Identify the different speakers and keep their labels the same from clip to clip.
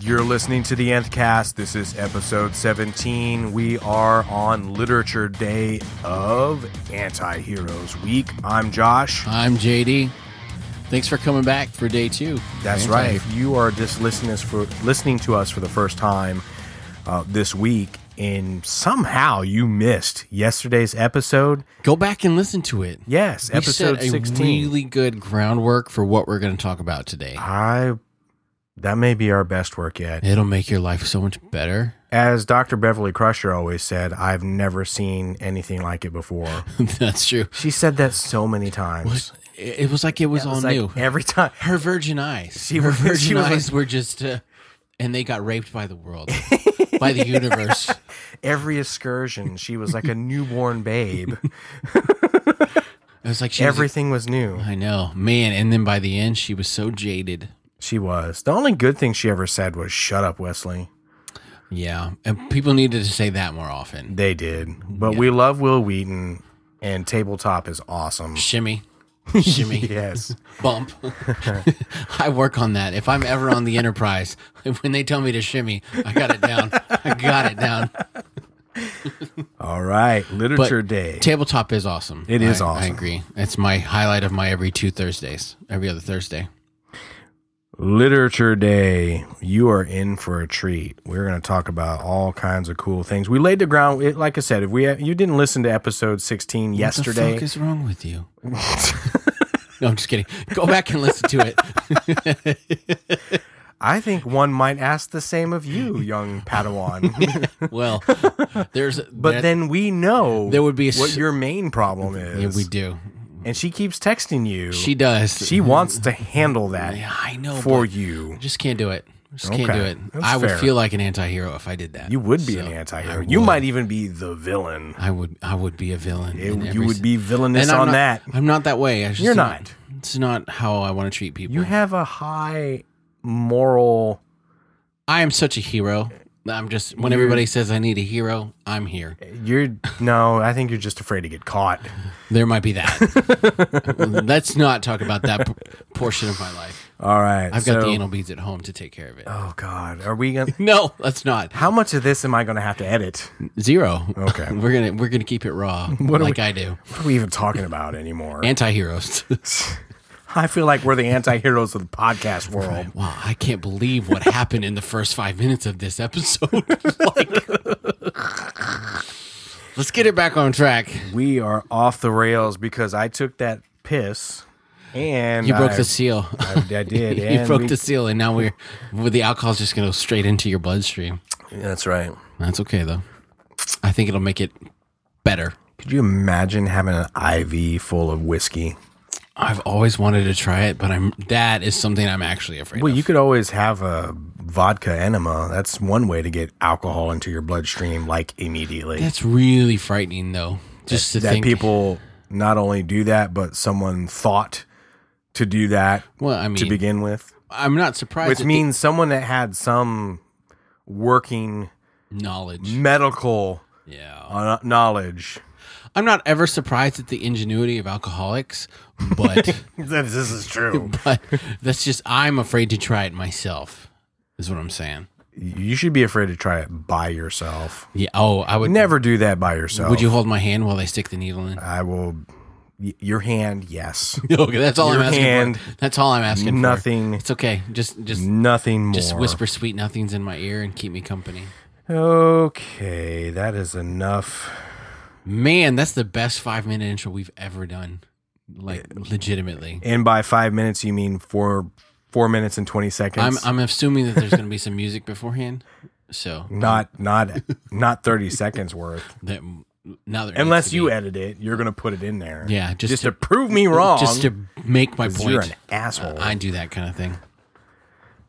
Speaker 1: You're listening to the Nth Cast. This is episode 17. We are on Literature Day of Anti Heroes Week. I'm Josh.
Speaker 2: I'm JD. Thanks for coming back for day two.
Speaker 1: That's
Speaker 2: Anti-
Speaker 1: right. If you are just listening us for listening to us for the first time uh, this week, and somehow you missed yesterday's episode,
Speaker 2: Go back and listen to it.
Speaker 1: yes,
Speaker 2: We
Speaker 1: episode
Speaker 2: set a
Speaker 1: 16.
Speaker 2: really good groundwork for what we're going to talk about today.
Speaker 1: I that may be our best work yet.
Speaker 2: It'll make your life so much better.
Speaker 1: As Dr. Beverly Crusher always said, I've never seen anything like it before.
Speaker 2: That's true.
Speaker 1: She said that so many times.
Speaker 2: It it was like it was all
Speaker 1: It's like
Speaker 2: new.
Speaker 1: every time.
Speaker 2: Her virgin eyes.
Speaker 1: She
Speaker 2: Her
Speaker 1: was-
Speaker 2: virgin
Speaker 1: she was like-
Speaker 2: eyes were just, uh, and they got raped by the world, by the universe.
Speaker 1: Every excursion, she was like a newborn babe.
Speaker 2: It was like she was
Speaker 1: Everything was new.
Speaker 2: like- I know, man. And then by the end, she was so jaded.
Speaker 1: She was. The only good thing she ever said was, Shut up, Wesley.
Speaker 2: Yeah, and people needed to say that more often.
Speaker 1: They did. But we love Will Wheaton, and Tabletop is awesome.
Speaker 2: Shimmy, shimmy.
Speaker 1: Yes.
Speaker 2: bump. I work on that. If I'm ever on the Enterprise, when they tell me to shimmy, I got it down. I got it down.
Speaker 1: All right. Literature Day.
Speaker 2: Tabletop is awesome.
Speaker 1: It is
Speaker 2: I- I
Speaker 1: awesome.
Speaker 2: agree. It's my highlight of my every two Thursdays, every other Thursday.
Speaker 1: Literature Day. You are in for a treat. We're going to talk about all kinds of cool things. We laid the ground. It, like I said, if we you didn't listen to episode 16
Speaker 2: What the
Speaker 1: yesterday,
Speaker 2: fuck is wrong with you? No, I'm just kidding. Go back and listen to it.
Speaker 1: I think one might ask the same of you, young Padawan.
Speaker 2: Well, there's
Speaker 1: but then we know
Speaker 2: There would be a
Speaker 1: what
Speaker 2: s-
Speaker 1: your main problem is.
Speaker 2: we do.
Speaker 1: and she keeps texting you.
Speaker 2: She does.
Speaker 1: she wants to handle that
Speaker 2: Yeah, I know.
Speaker 1: for
Speaker 2: but
Speaker 1: you.
Speaker 2: I just can't do it. Just can't
Speaker 1: Okay,
Speaker 2: do it.
Speaker 1: that's
Speaker 2: I would
Speaker 1: fair.
Speaker 2: feel like an anti-hero if I did that.
Speaker 1: You would be
Speaker 2: So,
Speaker 1: an
Speaker 2: I
Speaker 1: anti-hero. You
Speaker 2: would.
Speaker 1: might even be the villain.
Speaker 2: I would I would be a villain.
Speaker 1: It-
Speaker 2: in
Speaker 1: you
Speaker 2: every
Speaker 1: would
Speaker 2: si-
Speaker 1: be villainous
Speaker 2: And I'm
Speaker 1: on
Speaker 2: not-
Speaker 1: that.
Speaker 2: I'm not that way. I just
Speaker 1: You're
Speaker 2: don't-
Speaker 1: not.
Speaker 2: It's not how I want to treat people.
Speaker 1: You have a high moral.
Speaker 2: I am such a hero. I'm just when everybody says I need a hero, I'm here.
Speaker 1: You're no. I think you're just afraid to get caught.
Speaker 2: There might be that. Let's not talk about that p- portion of my life.
Speaker 1: All right.
Speaker 2: I've
Speaker 1: so-
Speaker 2: got the anal beads at home to take care of it.
Speaker 1: Oh God. Are we gonna?
Speaker 2: No, let's not.
Speaker 1: How much of this am I gonna have to edit?
Speaker 2: Zero.
Speaker 1: Okay.
Speaker 2: we're gonna we're gonna keep it raw,
Speaker 1: are
Speaker 2: like I do.
Speaker 1: What are we even talking about anymore?
Speaker 2: Anti-heroes.
Speaker 1: I feel like we're the anti-heroes of the podcast world.
Speaker 2: Wow, I can't believe what happened in the first five minutes of this episode. like, let's get it back on track.
Speaker 1: We are off the rails because I took that piss and
Speaker 2: You broke
Speaker 1: I,
Speaker 2: the seal.
Speaker 1: I, I did.
Speaker 2: you
Speaker 1: and
Speaker 2: broke
Speaker 1: we-
Speaker 2: the seal, and now we're well, the alcohol's just gonna go straight into your bloodstream.
Speaker 1: That's right.
Speaker 2: That's okay though. I think it'll make it better.
Speaker 1: Could you imagine having an IV full of whiskey?
Speaker 2: I've always wanted to try it, but I'm that is something I'm actually afraid
Speaker 1: Well,
Speaker 2: of.
Speaker 1: you could always have a vodka enema. That's one way to get alcohol into your bloodstream like immediately.
Speaker 2: That's really frightening though. Just to
Speaker 1: that
Speaker 2: think
Speaker 1: people not only do that, but someone thought to do that
Speaker 2: Well, I
Speaker 1: to
Speaker 2: mean,
Speaker 1: begin with,
Speaker 2: I'm not surprised.
Speaker 1: which
Speaker 2: at the
Speaker 1: means someone that had some working
Speaker 2: knowledge.
Speaker 1: medical
Speaker 2: Yeah.
Speaker 1: uh, knowledge.
Speaker 2: I'm not ever surprised at the ingenuity of alcoholics, but
Speaker 1: that this is true.
Speaker 2: but that's just I'm afraid to try it myself. Is what I'm saying.
Speaker 1: You should be afraid to try it by yourself.
Speaker 2: Yeah. Oh, I would.
Speaker 1: Never do that by yourself.
Speaker 2: Would you hold my hand while they stick the needle in?
Speaker 1: I will. y- Your hand, yes.
Speaker 2: okay, that's all
Speaker 1: Your
Speaker 2: I'm asking
Speaker 1: hand.
Speaker 2: for. That's all I'm asking for.
Speaker 1: nothing.
Speaker 2: It's okay. Just just
Speaker 1: Nothing more.
Speaker 2: just whisper sweet nothings in my ear and keep me company.
Speaker 1: Okay, that is enough.
Speaker 2: Man, that's the best five minute intro we've ever done. Like legitimately.
Speaker 1: And by five minutes, you mean four four minutes and twenty
Speaker 2: I'm
Speaker 1: seconds.
Speaker 2: I'm assuming that there's gonna be some music beforehand. So
Speaker 1: not not not thirty seconds worth.
Speaker 2: that now there needs
Speaker 1: Unless
Speaker 2: to
Speaker 1: you
Speaker 2: be.
Speaker 1: edit it, you're gonna put it in there.
Speaker 2: Yeah, just
Speaker 1: just to,
Speaker 2: to-
Speaker 1: prove me wrong.
Speaker 2: just to make my
Speaker 1: 'cause
Speaker 2: point.
Speaker 1: you're an asshole.
Speaker 2: I do that kind of thing.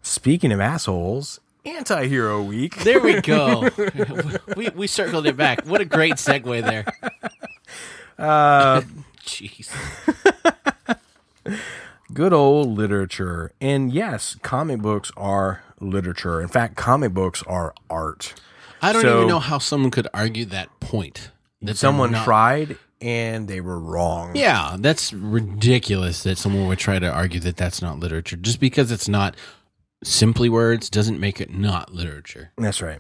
Speaker 1: Speaking of assholes, anti-hero week.
Speaker 2: There we go. we we circled it back. What a great segue there. Uh, jeez.
Speaker 1: Good old literature. And yes, comic books are literature. In fact, comic books are art.
Speaker 2: I don't
Speaker 1: So-
Speaker 2: even know how someone could argue that point. That they're
Speaker 1: Someone
Speaker 2: not-
Speaker 1: tried and they were wrong.
Speaker 2: Yeah, that's ridiculous that someone would try to argue that that's not literature just because it's not simply words doesn't make it not literature.
Speaker 1: That's right.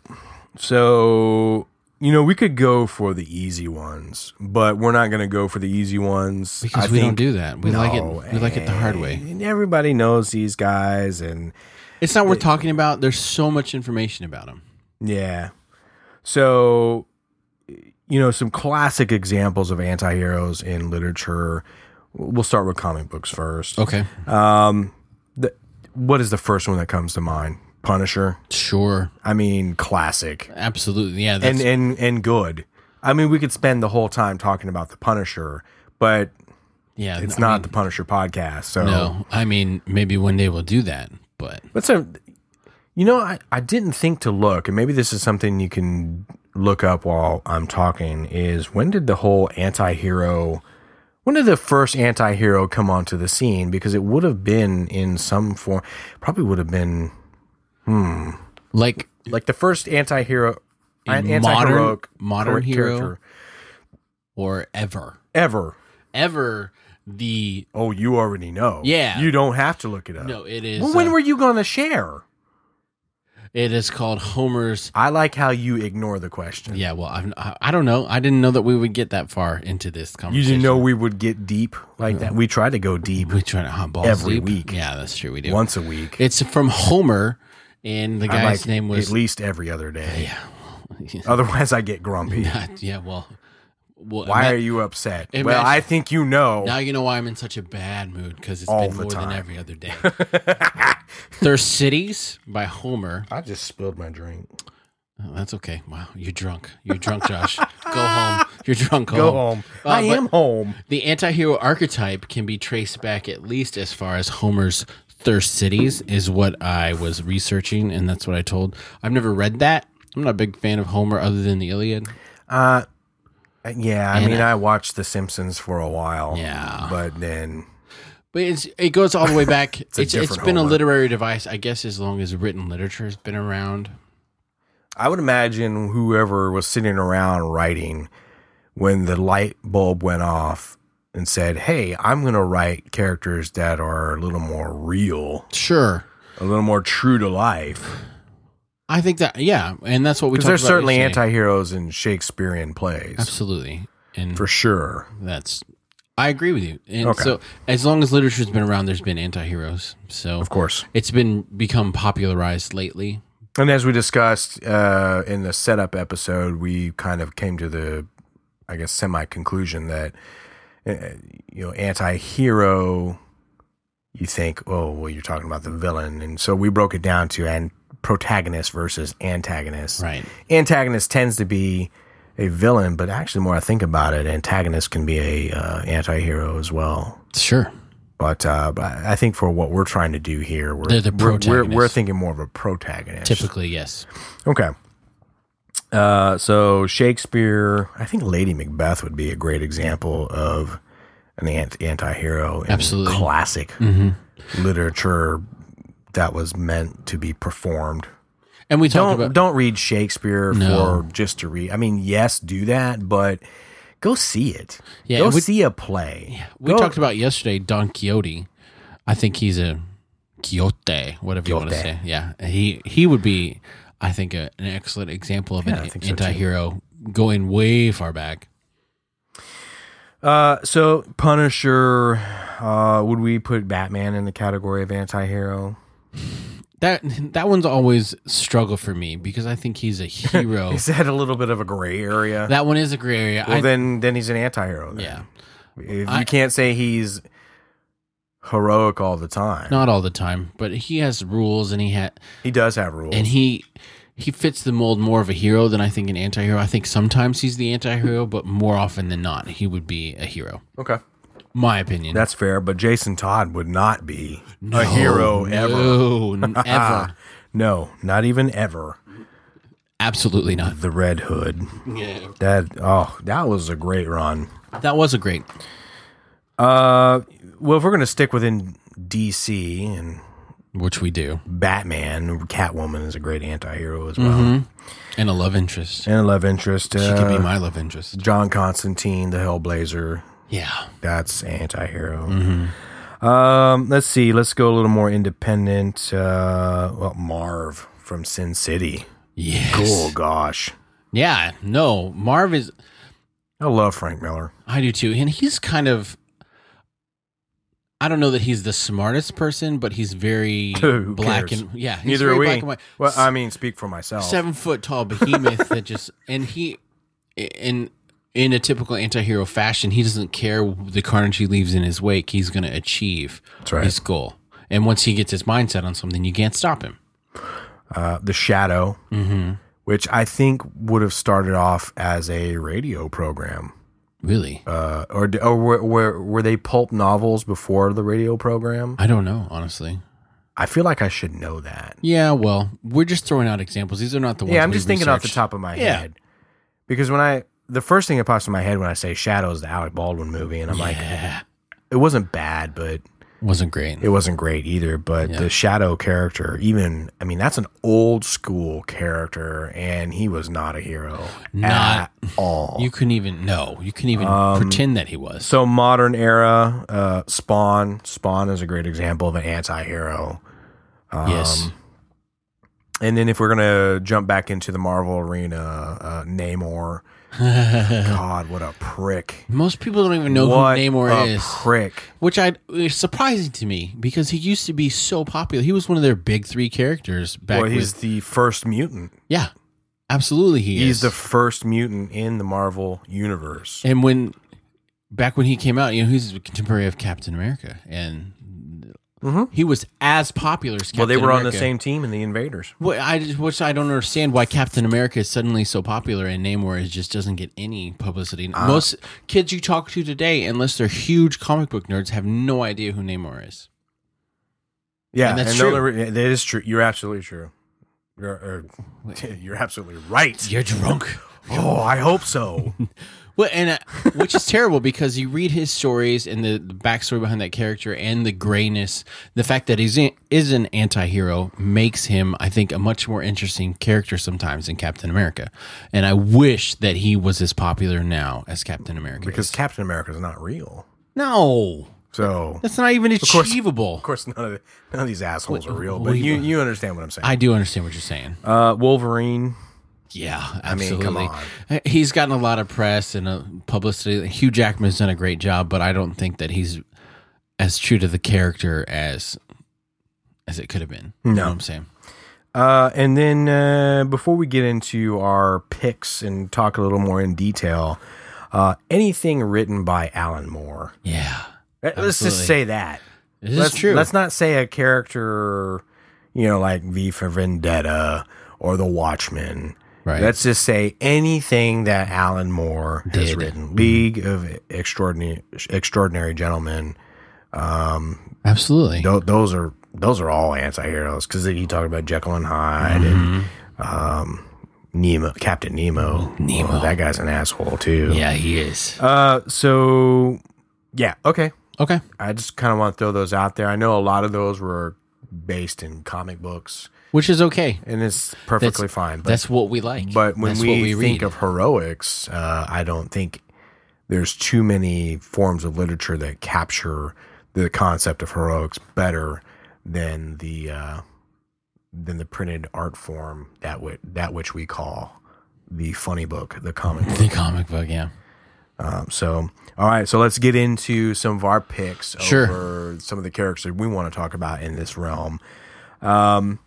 Speaker 1: So, you know, we could go for the easy ones, but we're not going to go for the easy ones.
Speaker 2: Because
Speaker 1: I
Speaker 2: we
Speaker 1: think-
Speaker 2: don't do that. We like
Speaker 1: No,
Speaker 2: it. We like it the hard way.
Speaker 1: and everybody knows these guys, and
Speaker 2: It's not worth talking about. There's so much information about them.
Speaker 1: yeah. So, you know, some classic examples of anti heroes in literature. We'll start with comic books first.
Speaker 2: Okay.
Speaker 1: Um, the, what is the first one that comes to mind? Punisher.
Speaker 2: Sure.
Speaker 1: I mean, classic
Speaker 2: Absolutely. Yeah. That's,
Speaker 1: and and and good. I mean, we could spend the whole time talking about the Punisher, but
Speaker 2: yeah.
Speaker 1: it's
Speaker 2: I
Speaker 1: not
Speaker 2: mean,
Speaker 1: the Punisher podcast. So
Speaker 2: no. I mean, maybe one day we'll do that. But
Speaker 1: But so, you know, I, I didn't think to look, and maybe this is something you can look up while I'm talking is when did the whole anti hero, when did the first anti hero come onto the scene? Because it would have been in some form, probably would have been
Speaker 2: like
Speaker 1: like the first anti hero,
Speaker 2: modern- modern hero? or ever,
Speaker 1: ever.
Speaker 2: ever the
Speaker 1: Oh, you already know.
Speaker 2: Yeah.
Speaker 1: You don't have to look it up.
Speaker 2: no. It is.
Speaker 1: Well, when
Speaker 2: uh,
Speaker 1: were you going to share?
Speaker 2: it is called Homer's.
Speaker 1: I like how you ignore the question.
Speaker 2: Yeah. Well, I've, I I don't know. I didn't know that we would get that far into this
Speaker 1: You
Speaker 2: conversation.
Speaker 1: didn't know we would get deep like that. We try to go deep
Speaker 2: we try to hot balls
Speaker 1: Every
Speaker 2: deep.
Speaker 1: week.
Speaker 2: Yeah, that's true. We do.
Speaker 1: once a week.
Speaker 2: It's from Homer, and the
Speaker 1: I'm
Speaker 2: guy's
Speaker 1: like,
Speaker 2: name was
Speaker 1: at least every other day.
Speaker 2: yeah.
Speaker 1: Otherwise, I get grumpy.
Speaker 2: yeah. Well, well
Speaker 1: Why are you upset?
Speaker 2: Imagine-
Speaker 1: well, I think you know.
Speaker 2: Now you know why I'm in such a bad mood because it's
Speaker 1: All
Speaker 2: been
Speaker 1: the
Speaker 2: more
Speaker 1: time.
Speaker 2: than every other day. Thirst Cities by Homer.
Speaker 1: I just spilled my drink.
Speaker 2: Oh, that's okay. Wow, you're drunk. You're drunk, Josh. Go home. You're drunk.
Speaker 1: Go home.
Speaker 2: Uh,
Speaker 1: I
Speaker 2: but-
Speaker 1: am home.
Speaker 2: The anti-hero archetype can be traced back at least as far as Homer's Thirst Cities is what I was researching, and that's what I told. I've never read that. I'm not a big fan of Homer other than the Iliad.
Speaker 1: Uh, yeah, I
Speaker 2: And
Speaker 1: mean,
Speaker 2: I-
Speaker 1: I watched The Simpsons for a while.
Speaker 2: Yeah.
Speaker 1: But then,
Speaker 2: But it's, it goes all the way back.
Speaker 1: a
Speaker 2: it's it's
Speaker 1: different
Speaker 2: been a
Speaker 1: Homer.
Speaker 2: literary device, I guess, as long as written literature has been around.
Speaker 1: I would imagine whoever was sitting around writing when the light bulb went off and said, hey, I'm going to write characters that are a little more real,
Speaker 2: Sure.
Speaker 1: a little more true to life.
Speaker 2: I think that yeah, and that's what we
Speaker 1: Because
Speaker 2: talked
Speaker 1: there's
Speaker 2: about
Speaker 1: certainly
Speaker 2: yesterday.
Speaker 1: anti-heroes in Shakespearean plays,
Speaker 2: absolutely, and
Speaker 1: for sure.
Speaker 2: that's I agree with you. And
Speaker 1: Okay.
Speaker 2: so as long as literature's been around, there's been anti-heroes. So
Speaker 1: Of course.
Speaker 2: it's been become popularized lately.
Speaker 1: And as we discussed uh, in the setup episode, we kind of came to the, I guess, semi-conclusion that, uh, you know, anti-hero, you think, oh, well, you're talking about the villain. And so we broke it down to and protagonist versus antagonist.
Speaker 2: Right.
Speaker 1: Antagonist tends to be a villain, but actually the more I think about it, antagonist can be a uh, anti-hero as well.
Speaker 2: Sure.
Speaker 1: But, uh, but I think for what we're trying to do here, we're
Speaker 2: They're the
Speaker 1: we're- we're, we're,
Speaker 2: protagonists.
Speaker 1: thinking more of a protagonist.
Speaker 2: Typically, yes.
Speaker 1: Okay. Uh, so Shakespeare, I think Lady Macbeth would be a great example of an ant- anti-hero in
Speaker 2: Absolutely. Mm-hmm.
Speaker 1: classic literature that was meant to be performed.
Speaker 2: And we talked
Speaker 1: Don't
Speaker 2: about
Speaker 1: Oh, don't read Shakespeare
Speaker 2: No.
Speaker 1: for just to read. I mean, yes, do that, but go see it.
Speaker 2: Yeah,
Speaker 1: go
Speaker 2: and we-
Speaker 1: see a play. Yeah,
Speaker 2: we talked about yesterday Don Quixote. I think he's a Quixote, whatever you want to
Speaker 1: Quixote.
Speaker 2: say. Yeah. He he would be I think a, an excellent example of
Speaker 1: I
Speaker 2: an
Speaker 1: think so, too.
Speaker 2: anti-hero going way far back.
Speaker 1: Uh, so Punisher, uh, would we put Batman in the category of anti-hero?
Speaker 2: Oh. That that one's always struggle for me because I think he's a hero.
Speaker 1: Is that a little bit of a gray area?
Speaker 2: that one is a gray area.
Speaker 1: well,
Speaker 2: I,
Speaker 1: then then he's an anti-hero. Then.
Speaker 2: yeah,
Speaker 1: If
Speaker 2: I-
Speaker 1: you can't say he's heroic all the time,
Speaker 2: not all the time, but he has rules and he ha-
Speaker 1: he does have rules.
Speaker 2: and he he fits the mold more of a hero than I think an anti-hero. I think sometimes he's the anti-hero, but more often than not, he would be a hero.
Speaker 1: okay,
Speaker 2: My opinion.
Speaker 1: that's fair. But Jason Todd would not be a hero ever.
Speaker 2: No, n- ever.
Speaker 1: No, not even ever.
Speaker 2: Absolutely not.
Speaker 1: The Red Hood. That oh, that was a great run.
Speaker 2: That was a great.
Speaker 1: Uh, well, if we're gonna stick within DC and
Speaker 2: Which we do.
Speaker 1: Batman, Catwoman is a great anti-hero as well,
Speaker 2: And a love interest.
Speaker 1: and a love interest.
Speaker 2: Mm-hmm. She could be
Speaker 1: Uh,
Speaker 2: my love interest.
Speaker 1: John Constantine, the Hellblazer.
Speaker 2: Yeah. Mm-hmm.
Speaker 1: mm-hmm. That's anti-hero. Um, let's see. Let's go a little more independent. Uh, well, Marv from Sin City.
Speaker 2: Yes.
Speaker 1: Oh gosh,
Speaker 2: Yeah. No, Marv is.
Speaker 1: I love Frank Miller.
Speaker 2: I do too. And he's kind of I don't know that he's the smartest person, but he's very
Speaker 1: Who
Speaker 2: black
Speaker 1: cares?
Speaker 2: and yeah, he's
Speaker 1: Neither
Speaker 2: very
Speaker 1: are
Speaker 2: black
Speaker 1: we.
Speaker 2: and white.
Speaker 1: Well, I mean, speak for myself.
Speaker 2: Seven foot tall behemoth that just and he in in a typical anti-hero fashion, he doesn't care the carnage he leaves in his wake. He's going to achieve
Speaker 1: That's right.
Speaker 2: his goal. And once he gets his mindset on something, you can't stop him.
Speaker 1: Uh, the Shadow,
Speaker 2: Mm-hmm.
Speaker 1: which I think would have started off as a radio program,
Speaker 2: Really?
Speaker 1: uh, or d- or were, were were they pulp novels before the radio program?
Speaker 2: I don't know, honestly.
Speaker 1: I feel like I should know that.
Speaker 2: Yeah, well, we're just throwing out examples. These are not the ones.
Speaker 1: Yeah, I'm
Speaker 2: we
Speaker 1: just thinking off the
Speaker 2: researched.
Speaker 1: top of my
Speaker 2: Yeah.
Speaker 1: head. Because when I the first thing that pops in my head when I say Shadow is the Alec Baldwin movie, and I'm like,
Speaker 2: Yeah.
Speaker 1: it wasn't bad, but
Speaker 2: Wasn't great.
Speaker 1: it wasn't great either. But the Shadow character, even I mean, that's an old school character, and he was not a hero
Speaker 2: Not-
Speaker 1: at all.
Speaker 2: You couldn't even no. You couldn't even
Speaker 1: Um,
Speaker 2: pretend that he was.
Speaker 1: so modern era, uh, Spawn. Spawn is a great example of an anti-hero. Um,
Speaker 2: yes,
Speaker 1: And then if we're gonna jump back into the Marvel arena, uh, Namor. God, what a prick!
Speaker 2: most people don't even know
Speaker 1: what
Speaker 2: who Namor
Speaker 1: a
Speaker 2: is,
Speaker 1: prick.
Speaker 2: which I is surprising to me because he used to be so popular. He was one of their big three characters back.
Speaker 1: Well, he's
Speaker 2: with,
Speaker 1: the first mutant.
Speaker 2: yeah, absolutely. He
Speaker 1: He's
Speaker 2: is.
Speaker 1: the first mutant in the Marvel universe.
Speaker 2: and when back when he came out, you know, he's a contemporary of Captain America, and he was as popular as Captain
Speaker 1: Mm-hmm. well, they were on the
Speaker 2: America.
Speaker 1: same team in the Invaders.
Speaker 2: Well, I just, which I don't understand why Captain America is suddenly so popular and Namor is just doesn't get any publicity. Most kids you talk to today, unless they're huge comic book nerds, have no idea who Namor is.
Speaker 1: Yeah,
Speaker 2: And that's
Speaker 1: the
Speaker 2: true.
Speaker 1: only re- that is true. You're absolutely true. You're, er, you're absolutely right.
Speaker 2: You're drunk.
Speaker 1: Oh, I hope so.
Speaker 2: Well, and uh, which is terrible because you read his stories and the, the backstory behind that character and the grayness, the fact that he's in, is an anti-hero makes him, I think, a much more interesting character sometimes than Captain America. And I wish that he was as popular now as Captain America.
Speaker 1: because
Speaker 2: is.
Speaker 1: Captain America is not real.
Speaker 2: no,
Speaker 1: So, of
Speaker 2: That's not even
Speaker 1: course.
Speaker 2: achievable.
Speaker 1: course, none of, the, none of these assholes are real,
Speaker 2: what
Speaker 1: but
Speaker 2: do you-
Speaker 1: you, you understand what I'm saying.
Speaker 2: I do understand what you're saying.
Speaker 1: uh, Wolverine.
Speaker 2: yeah,
Speaker 1: mean,
Speaker 2: absolutely. Uh,
Speaker 1: come
Speaker 2: He's gotten a lot of press and uh, publicity. Hugh Jackman's done a great job, but I don't think that he's as true to the character as as it could have been. You know
Speaker 1: No.
Speaker 2: what I'm saying.
Speaker 1: Uh, and then uh, before we get into our picks and talk a little more in detail, uh, anything written by Alan Moore.
Speaker 2: Yeah,
Speaker 1: Let- Let's
Speaker 2: Absolutely.
Speaker 1: just say that.
Speaker 2: this
Speaker 1: let's,
Speaker 2: is true.
Speaker 1: Let's not say a character, you know, like V for Vendetta or The Watchmen.
Speaker 2: right.
Speaker 1: Let's just say anything that Alan Moore has
Speaker 2: Did.
Speaker 1: written. League of Extraordinary Extraordinary Gentlemen.
Speaker 2: absolutely.
Speaker 1: Tho- those are those are all anti-heroes because he talked about Jekyll and Hyde and um, Nemo, Captain Nemo.
Speaker 2: Mm-hmm. Nemo.
Speaker 1: Well, that guy's an asshole too.
Speaker 2: Yeah, he is.
Speaker 1: Uh, so yeah, okay.
Speaker 2: Okay.
Speaker 1: I just kind of want to throw those out there. I know a lot of those were based in comic books,
Speaker 2: Which is okay.
Speaker 1: and it's perfectly fine. But
Speaker 2: That's what we like.
Speaker 1: but when
Speaker 2: That's
Speaker 1: we,
Speaker 2: what
Speaker 1: think
Speaker 2: read.
Speaker 1: of heroics, uh, I don't think there's too many forms of literature that capture the concept of heroics better than the uh, than the printed art form that w- that which we call the funny book, the comic book.
Speaker 2: the comic book, yeah.
Speaker 1: Um, so, all right, so let's get into some of our picks
Speaker 2: Sure.
Speaker 1: over some of the characters that we want to talk about in this realm. Um,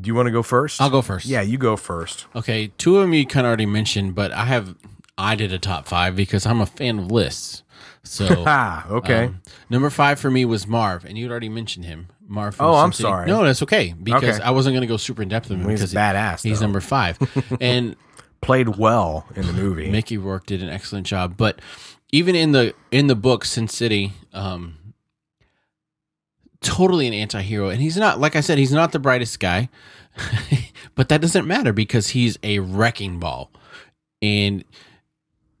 Speaker 1: do you want to go first?
Speaker 2: I'll go first.
Speaker 1: Yeah, you go first.
Speaker 2: Okay, two of them you kind of already mentioned, but I have I did a top five because I'm a fan of lists. So
Speaker 1: Ah, okay.
Speaker 2: um, number five for me was Marv, and you'd already mentioned him. Marv. From
Speaker 1: Oh,
Speaker 2: Sin
Speaker 1: I'm
Speaker 2: City.
Speaker 1: sorry.
Speaker 2: No, that's okay because
Speaker 1: Okay.
Speaker 2: I wasn't going to go super in depth with him
Speaker 1: he's
Speaker 2: because
Speaker 1: badass,
Speaker 2: He's
Speaker 1: though.
Speaker 2: number five, and
Speaker 1: played well in the movie.
Speaker 2: Mickey Rourke did an excellent job. But even in the in the book, Sin City, um, totally an anti-hero and he's not like i said he's not the brightest guy but that doesn't matter because he's a wrecking ball and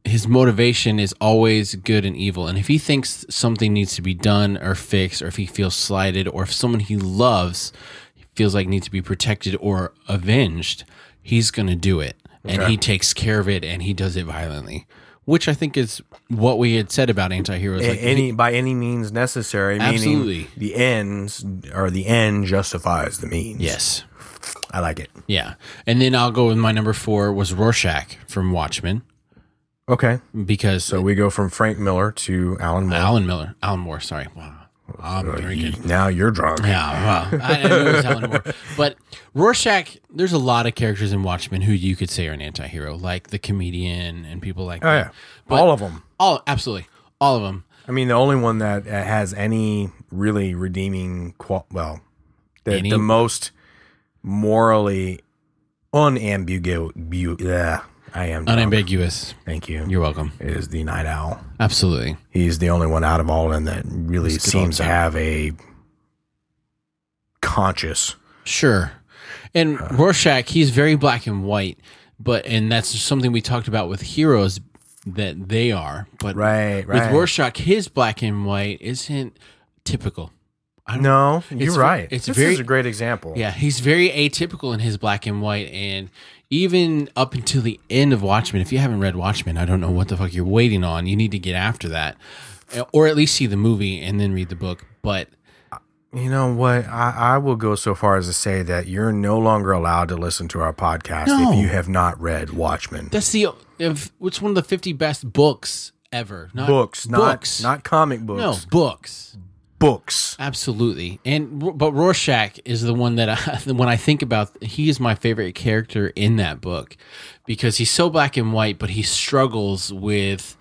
Speaker 2: his motivation is always good and evil and if he thinks something needs to be done or fixed or if he feels slighted or if someone he loves feels like needs to be protected or avenged he's going to do it and
Speaker 1: Okay.
Speaker 2: he takes care of it and he does it violently which I think is what we had said about anti-heroes. Like,
Speaker 1: any by any means necessary. Meaning
Speaker 2: Absolutely.
Speaker 1: the ends or the end justifies the means.
Speaker 2: yes,
Speaker 1: I like it.
Speaker 2: yeah. And then I'll go with my number four was Rorschach from Watchmen
Speaker 1: Okay,
Speaker 2: because
Speaker 1: so we go from Frank Miller to Alan Moore.
Speaker 2: Alan Miller, Alan Moore. Sorry, wow, I'm drinking.
Speaker 1: Now you're drunk.
Speaker 2: Yeah, well, I, I know it was Alan Moore. But Rorschach, there's a lot of characters in Watchmen who you could say are an anti-hero, like the comedian and people like
Speaker 1: Oh
Speaker 2: that.
Speaker 1: yeah, all of them.
Speaker 2: All absolutely, all of them.
Speaker 1: I mean, the only one that uh, has any really redeeming qual well, the,
Speaker 2: Any?
Speaker 1: the most morally unambiguous. Yeah, I am. drunk.
Speaker 2: Unambiguous.
Speaker 1: Thank you.
Speaker 2: You're welcome.
Speaker 1: is the night owl.
Speaker 2: Absolutely.
Speaker 1: He's the only one out of all of them that really
Speaker 2: Let's get on
Speaker 1: seems to
Speaker 2: top.
Speaker 1: have a conscious.
Speaker 2: Sure. And
Speaker 1: Uh.
Speaker 2: Rorschach, he's very black and white, but and that's something we talked about with heroes that they are. But
Speaker 1: Right, right.
Speaker 2: with Rorschach, his black and white isn't typical. I don't
Speaker 1: no, you're
Speaker 2: It's ve-
Speaker 1: right.
Speaker 2: it's
Speaker 1: this
Speaker 2: very-
Speaker 1: is a great example.
Speaker 2: Yeah, he's very atypical in his black and white, and even up until the end of Watchmen. If you haven't read Watchmen, I don't know what the fuck you're waiting on. You need to get after that, or at least see the movie and then read the book. But
Speaker 1: You know what? I, I will go so far as to say that you're no longer allowed to listen to our podcast
Speaker 2: No.
Speaker 1: if you have not read Watchmen.
Speaker 2: that's the if it's one of the fifty best books ever. Not
Speaker 1: books, not
Speaker 2: books.
Speaker 1: not comic
Speaker 2: no
Speaker 1: books.
Speaker 2: books.
Speaker 1: Books.
Speaker 2: Absolutely, and R- but Rorschach is the one that I, when I think about, he is my favorite character in that book because he's so black and white, but he struggles with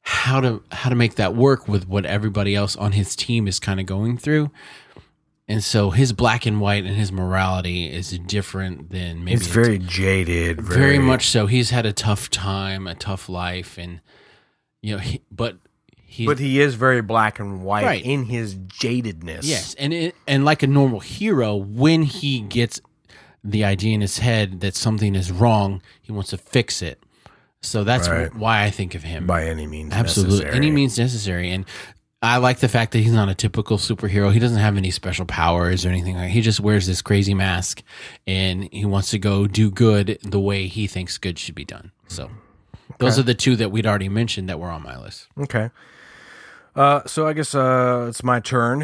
Speaker 2: how to how to make that work with what everybody else on his team is kind of going through, and so his black and white and his morality is different than maybe
Speaker 1: It's very jaded. Very,
Speaker 2: very much so. He's had a tough time, a tough life, and you know, he, but he
Speaker 1: But he is very black and white
Speaker 2: Right.
Speaker 1: in his jadedness.
Speaker 2: Yes, and it, and like a normal hero, when he gets the idea in his head that something is wrong, he wants to fix it. So that's
Speaker 1: Right.
Speaker 2: why I think of him.
Speaker 1: By any means
Speaker 2: Absolutely,
Speaker 1: necessary.
Speaker 2: any means necessary, and I like the fact that he's not a typical superhero. He doesn't have any special powers or anything. Like he just wears this crazy mask, and he wants to go do good the way he thinks good should be done. So. Those are the two that we'd already mentioned that were on my list.
Speaker 1: Okay. Uh, so I guess uh, it's my turn.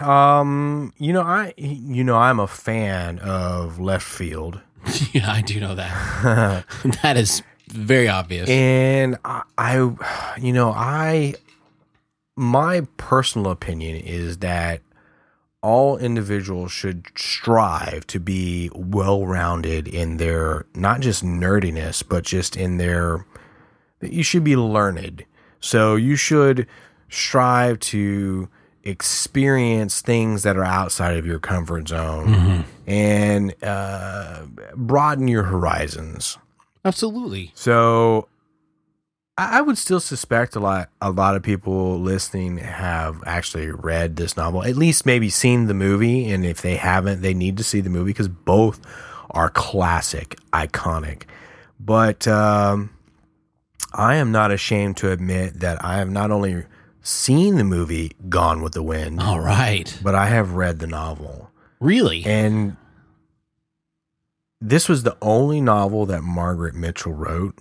Speaker 1: Um, you know, I you know I'm a fan of left field,
Speaker 2: yeah, I do know that. that is very obvious.
Speaker 1: and I, I, you know, I my personal opinion is that all individuals should strive to be well-rounded in their not just nerdiness, but just in their that you should be learned. So you should strive to experience things that are outside of your comfort zone
Speaker 2: Hmm. Mm-hmm.
Speaker 1: and uh, broaden your horizons.
Speaker 2: Absolutely.
Speaker 1: So I I would still suspect a lot a lot of people listening have actually read this novel, at least maybe seen the movie, and if they haven't, they need to see the movie because both are classic, iconic. But um, I am not ashamed to admit that I have not only seen the movie Gone with the Wind,
Speaker 2: All right.
Speaker 1: but I have read the novel.
Speaker 2: Really?
Speaker 1: And this was the only novel that Margaret Mitchell wrote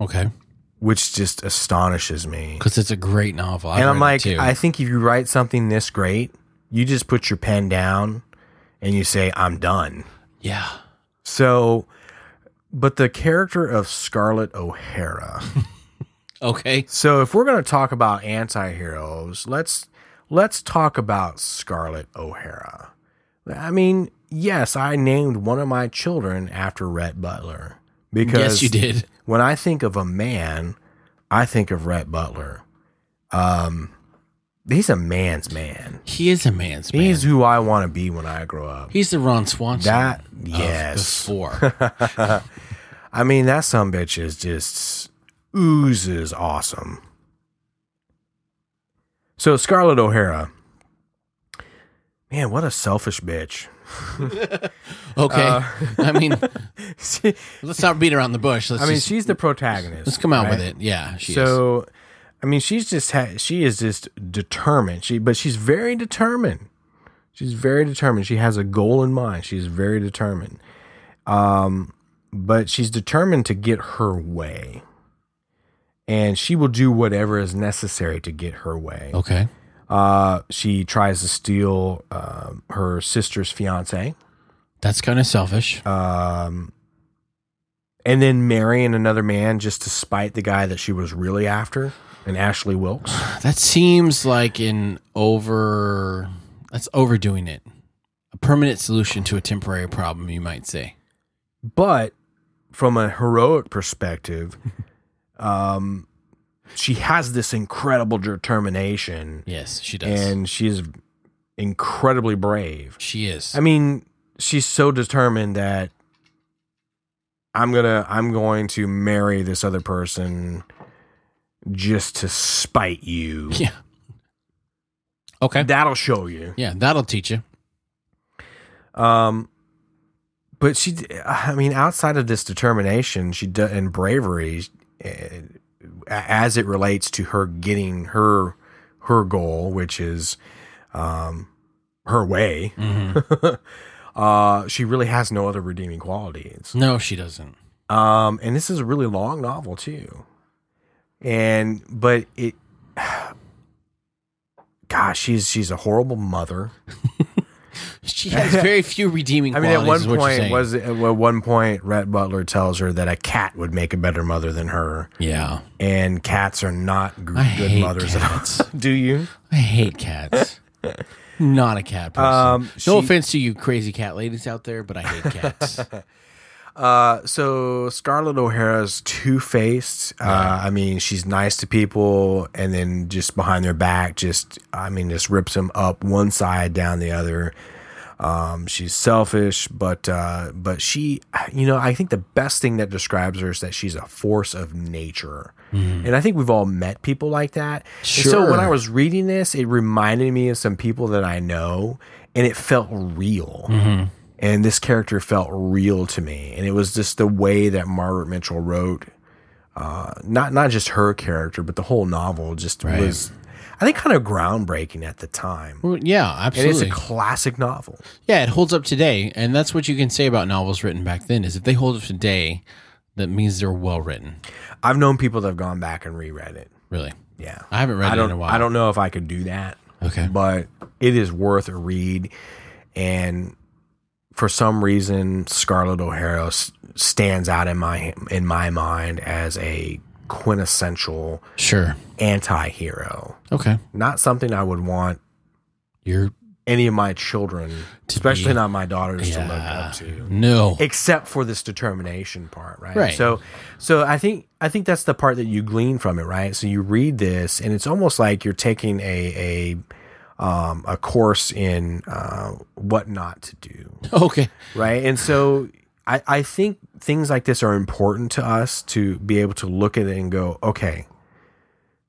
Speaker 2: okay.
Speaker 1: which just astonishes me.
Speaker 2: Because it's a great novel. I've
Speaker 1: and I'm
Speaker 2: read it
Speaker 1: like,
Speaker 2: too.
Speaker 1: I think if you write something this great, you just put your pen down and you say, I'm done.
Speaker 2: yeah.
Speaker 1: So, but the character of Scarlett O'Hara.
Speaker 2: Okay.
Speaker 1: so, if we're going to talk about anti heroes, let's. Let's talk about Scarlett O'Hara. I mean, yes, I named one of my children after Rhett Butler because
Speaker 2: Yes, you did.
Speaker 1: when I think of a man, I think of Rhett Butler. Um, he's a man's man.
Speaker 2: He is a man's man.
Speaker 1: He's
Speaker 2: He's,
Speaker 1: who I want to be when I grow up.
Speaker 2: the Ron Swanson.
Speaker 1: That
Speaker 2: of
Speaker 1: yes,
Speaker 2: The four.
Speaker 1: I mean that some bitch is just oozes awesome. So Scarlett O'Hara, man, what a selfish bitch.
Speaker 2: Okay.
Speaker 1: Uh,
Speaker 2: I mean,
Speaker 1: She-
Speaker 2: let's not beat around the bush. Let's
Speaker 1: I mean,
Speaker 2: just,
Speaker 1: she's the protagonist.
Speaker 2: let's come out
Speaker 1: right?
Speaker 2: with it. Yeah. She is.
Speaker 1: so i mean she's just ha- she is just determined she but she's very determined she's very determined she has a goal in mind she's very determined um but she's determined to get her way and she will do whatever is necessary to get her way.
Speaker 2: Okay.
Speaker 1: Uh, she tries to steal um her sister's fiance,
Speaker 2: That's kind of selfish.
Speaker 1: um, and then marrying another man just to spite the guy that she was really after, and Ashley Wilkes.
Speaker 2: That seems like an over. That's overdoing it. A permanent solution to a temporary problem, you might say.
Speaker 1: But from a heroic perspective, um, she has this incredible determination,
Speaker 2: Yes, she does.
Speaker 1: and she is incredibly brave.
Speaker 2: she is.
Speaker 1: I mean, she's so determined that I'm gonna I'm going to marry this other person just to spite you.
Speaker 2: yeah. Okay.
Speaker 1: That'll show you.
Speaker 2: yeah, that'll teach you.
Speaker 1: Um, but she, I mean, outside of this determination, she do, and bravery, eh, as it relates to her getting her her goal, which is um, her way.
Speaker 2: Mhm.
Speaker 1: uh, she really has no other redeeming qualities.
Speaker 2: No, she doesn't.
Speaker 1: Um, and this is a really long novel too. And but it, gosh, she's she's a horrible mother.
Speaker 2: She has very few redeeming
Speaker 1: I mean,
Speaker 2: qualities.
Speaker 1: at one
Speaker 2: is what you're
Speaker 1: point
Speaker 2: saying.
Speaker 1: was at one point Rhett Butler tells her that a cat would make a better mother than her,
Speaker 2: Yeah.
Speaker 1: and cats are not g-
Speaker 2: I
Speaker 1: good
Speaker 2: hate
Speaker 1: mothers
Speaker 2: cats.
Speaker 1: at all. Do you?
Speaker 2: I hate cats. Not a cat person.
Speaker 1: Um,
Speaker 2: no
Speaker 1: she-
Speaker 2: offense to you crazy cat ladies out there, but I hate cats.
Speaker 1: Uh, so Scarlett O'Hara's two faced. Uh, I mean, she's nice to people, and then just behind their back, just I mean, just rips them up one side down the other. Um, she's selfish, but uh, but she, you know, I think the best thing that describes her is that she's a force of nature, and I think we've all met people like that. And so when
Speaker 2: Sure.
Speaker 1: I was reading this, it reminded me of some people that I know, and it felt real and this character felt real to me and it was just the way that margaret mitchell wrote uh, not not just her character but the whole novel just was i think kind of groundbreaking at the time
Speaker 2: Well, yeah,
Speaker 1: and it's
Speaker 2: absolutely.
Speaker 1: a classic novel
Speaker 2: yeah, it holds up today, and that's what you can say about novels written back then is if they hold up today, that means they're well written.
Speaker 1: i've known people that have gone back and reread it
Speaker 2: Really,
Speaker 1: yeah
Speaker 2: I haven't read
Speaker 1: i
Speaker 2: it in
Speaker 1: don't
Speaker 2: a while.
Speaker 1: i don't know if i could do that
Speaker 2: Okay.
Speaker 1: but it is worth a read and for some reason scarlett o'hara s- stands out in my in my mind as a quintessential
Speaker 2: Sure.
Speaker 1: anti-hero
Speaker 2: Okay.
Speaker 1: not something i would want
Speaker 2: You're.
Speaker 1: any of my children especially not my daughters to look
Speaker 2: Yeah.
Speaker 1: up to
Speaker 2: No.
Speaker 1: except for this determination part right?
Speaker 2: Right.
Speaker 1: so so i think i think that's the part that you glean from it right so you read this and it's almost like you're taking a a um, a course in uh, what not to do
Speaker 2: okay.
Speaker 1: right and so I, I think things like this are important to us to be able to look at it and go okay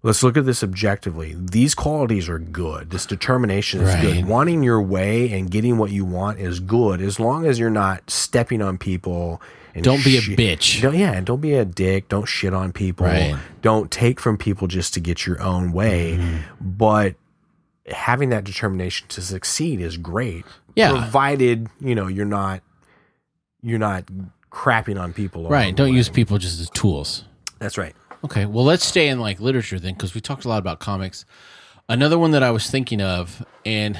Speaker 1: let's look at this objectively these qualities are good this determination is
Speaker 2: Right.
Speaker 1: good wanting your way and getting what you want is good as long as you're not stepping on people and
Speaker 2: Don't be a
Speaker 1: shi-
Speaker 2: bitch.
Speaker 1: don't, yeah, and don't be a dick. Don't shit on people.
Speaker 2: Right.
Speaker 1: Don't take from people just to get your own way.
Speaker 2: Mm-hmm.
Speaker 1: But having that determination to succeed is great.
Speaker 2: Yeah.
Speaker 1: Provided, you know, you're not you're not crapping on people. along
Speaker 2: Right.
Speaker 1: the
Speaker 2: Don't
Speaker 1: way.
Speaker 2: use people just as tools.
Speaker 1: That's right.
Speaker 2: Okay, well, let's stay in like literature then, because we talked a lot about comics. Another one that I was thinking of, and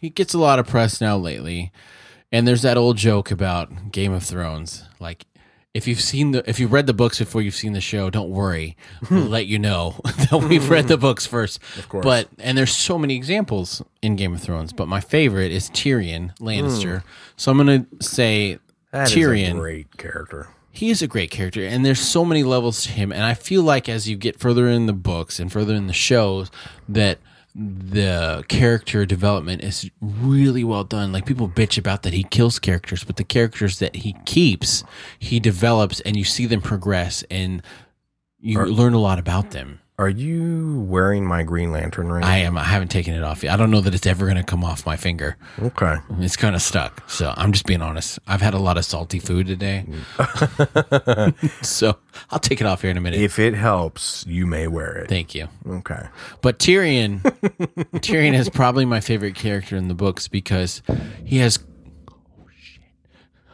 Speaker 2: he gets a lot of press now lately. And there's that old joke about Game of Thrones. Like, if you've seen the, if you've read the books before you've seen the show, don't worry. We'll let you know that we've read the books first. Of
Speaker 1: course.
Speaker 2: But and there's so many examples in Game of Thrones. But my favorite is Tyrion Lannister. So I'm gonna say
Speaker 1: That is a
Speaker 2: Tyrion
Speaker 1: great character.
Speaker 2: he is a great character and there's so many levels to him and i feel like as you get further in the books and further in the shows that the character development is really well done like people bitch about that he kills characters but the characters that he keeps he develops and you see them progress and you learn a lot about them
Speaker 1: Are you wearing my Green Lantern ring?
Speaker 2: i am i haven't taken it off yet i don't know that it's ever going to come off my finger
Speaker 1: okay.
Speaker 2: it's kind of stuck so i'm just being honest i've had a lot of salty food today so i'll take it off here in a minute
Speaker 1: If it helps, you may wear it.
Speaker 2: Thank you.
Speaker 1: okay.
Speaker 2: But Tyrion, Tyrion is probably my favorite character in the books because he has. Oh shit!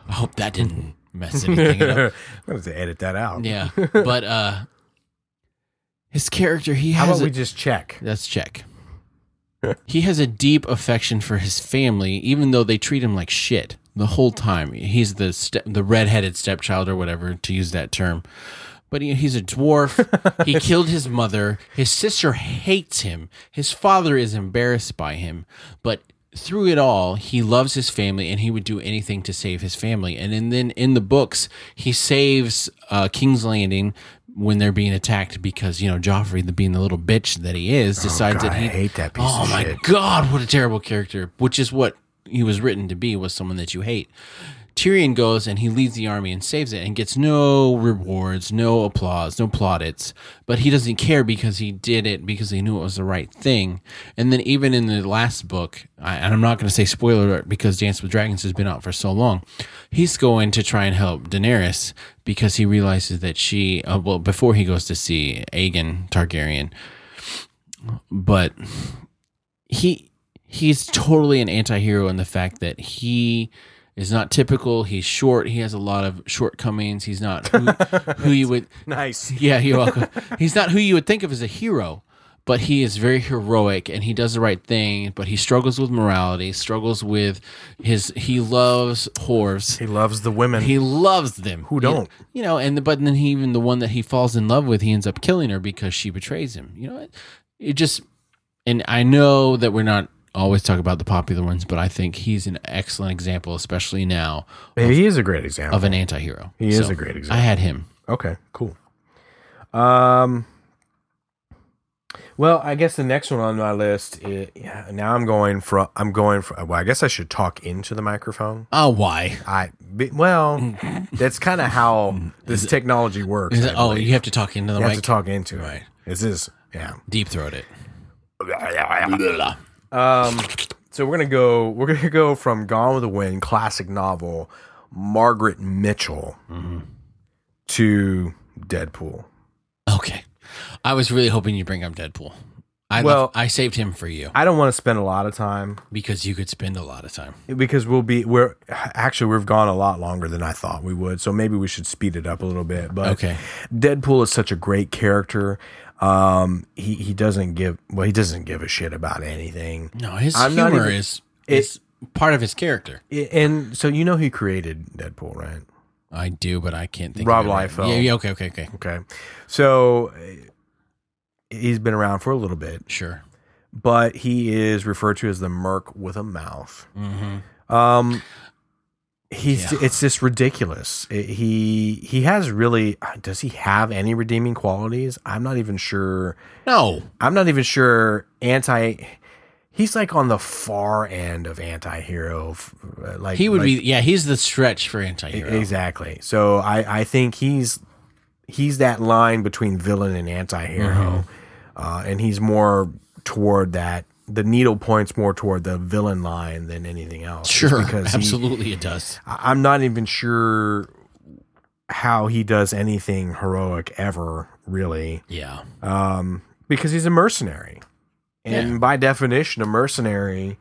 Speaker 2: I hope that didn't mess anything up.
Speaker 1: I'm going to edit that out.
Speaker 2: Yeah, but uh, His character, he
Speaker 1: How
Speaker 2: has
Speaker 1: about
Speaker 2: a,
Speaker 1: we just check?
Speaker 2: Let's check. he has a deep affection for his family, even though they treat him like shit the whole time. He's the ste- the redheaded stepchild or whatever to use that term. But he, he's a dwarf. he killed his mother. His sister hates him. His father is embarrassed by him. But through it all, he loves his family and he would do anything to save his family. And, and then in the books, he saves uh, King's Landing when they're being attacked because, you know, Joffrey, the, being the little bitch that he is, decides
Speaker 1: God,
Speaker 2: that
Speaker 1: I
Speaker 2: he.
Speaker 1: hate that piece
Speaker 2: oh
Speaker 1: of
Speaker 2: my
Speaker 1: shit.
Speaker 2: God, what a terrible character, which is what he was written to be, was someone that you hate. Tyrion goes and he leads the army and saves it and gets no rewards, no applause, no plaudits, but he doesn't care because he did it because he knew it was the right thing. And then even in the last book, I, and I'm not going to say spoiler alert because Dance with Dragons has been out for so long, he's going to try and help Daenerys because he realizes that she, uh, well, before he goes to see Aegon Targaryen, but he he's totally an anti-hero in the fact that he is not typical he's short he has a lot of shortcomings he's not who, who you would
Speaker 1: Nice.
Speaker 2: yeah you're welcome he's not who you would think of as a hero but he is very heroic and he does the right thing but he struggles with morality struggles with his he loves whores
Speaker 1: He loves the women.
Speaker 2: he loves them. Who
Speaker 1: don't?
Speaker 2: You, know, and the, but then he even the one that he falls in love with, he ends up killing her because she betrays him. You know, it, it just and I know that we're not always talking about the popular ones, but I think he's an excellent example, especially now,
Speaker 1: he is a great example.
Speaker 2: of an anti-hero.
Speaker 1: He is a great
Speaker 2: I
Speaker 1: example.
Speaker 2: had him.
Speaker 1: okay, cool. Um. Well, I guess the next one on my list. Is, yeah, now I'm going for. I'm going for. Well, I guess I should talk into the microphone.
Speaker 2: Oh, why?
Speaker 1: I be- well, that's kind of how this technology works.
Speaker 2: Is
Speaker 1: I
Speaker 2: it- oh,
Speaker 1: believe.
Speaker 2: you have to talk into the
Speaker 1: you have to
Speaker 2: mic.
Speaker 1: talk into it.
Speaker 2: Right.
Speaker 1: This is yeah.
Speaker 2: Deep throat it.
Speaker 1: Um, so we're gonna go. We're gonna go from Gone with the Wind, classic novel, Margaret Mitchell, to Deadpool.
Speaker 2: Okay, I was really hoping you bring up Deadpool. I
Speaker 1: Well-
Speaker 2: left- I saved him for you
Speaker 1: I don't want to spend a lot of time
Speaker 2: because you could spend a lot of time.
Speaker 1: because we'll be we're actually we've gone a lot longer than I thought we would. So maybe we should speed it up a little bit. But
Speaker 2: Okay.
Speaker 1: Deadpool is such a great character. Um, he he doesn't give well he doesn't give a shit about anything.
Speaker 2: No, his
Speaker 1: I'm not
Speaker 2: humor
Speaker 1: even-
Speaker 2: is is part of his character.
Speaker 1: I- And so you know who created Deadpool, right?
Speaker 2: I do, but I can't think.
Speaker 1: Rob
Speaker 2: of it right now.
Speaker 1: Liefeld.
Speaker 2: Yeah, yeah, okay, okay, okay.
Speaker 1: Okay, so uh, he's been around for a little bit,
Speaker 2: Sure.
Speaker 1: but he is referred to as the Merc with a mouth.
Speaker 2: Mm-hmm.
Speaker 1: Um, he's
Speaker 2: Yeah.
Speaker 1: it's just ridiculous. It- he he has really does he have any redeeming qualities? I'm not even sure.
Speaker 2: No,
Speaker 1: I'm not even sure. Anti, he's like on the far end of anti-hero. f- uh, Like
Speaker 2: he would
Speaker 1: like-
Speaker 2: be. Yeah, he's the stretch for anti-hero.
Speaker 1: E, exactly. So I I think he's he's that line between villain and
Speaker 2: Mm-hmm.
Speaker 1: anti-hero, uh, and he's more toward that. The needle points more toward the villain line than anything else. just
Speaker 2: sure,
Speaker 1: because he-
Speaker 2: absolutely, it does.
Speaker 1: I- I'm not even sure how he does anything heroic ever, really,
Speaker 2: Yeah,
Speaker 1: um, because he's a mercenary, and
Speaker 2: Yeah.
Speaker 1: by definition, a mercenary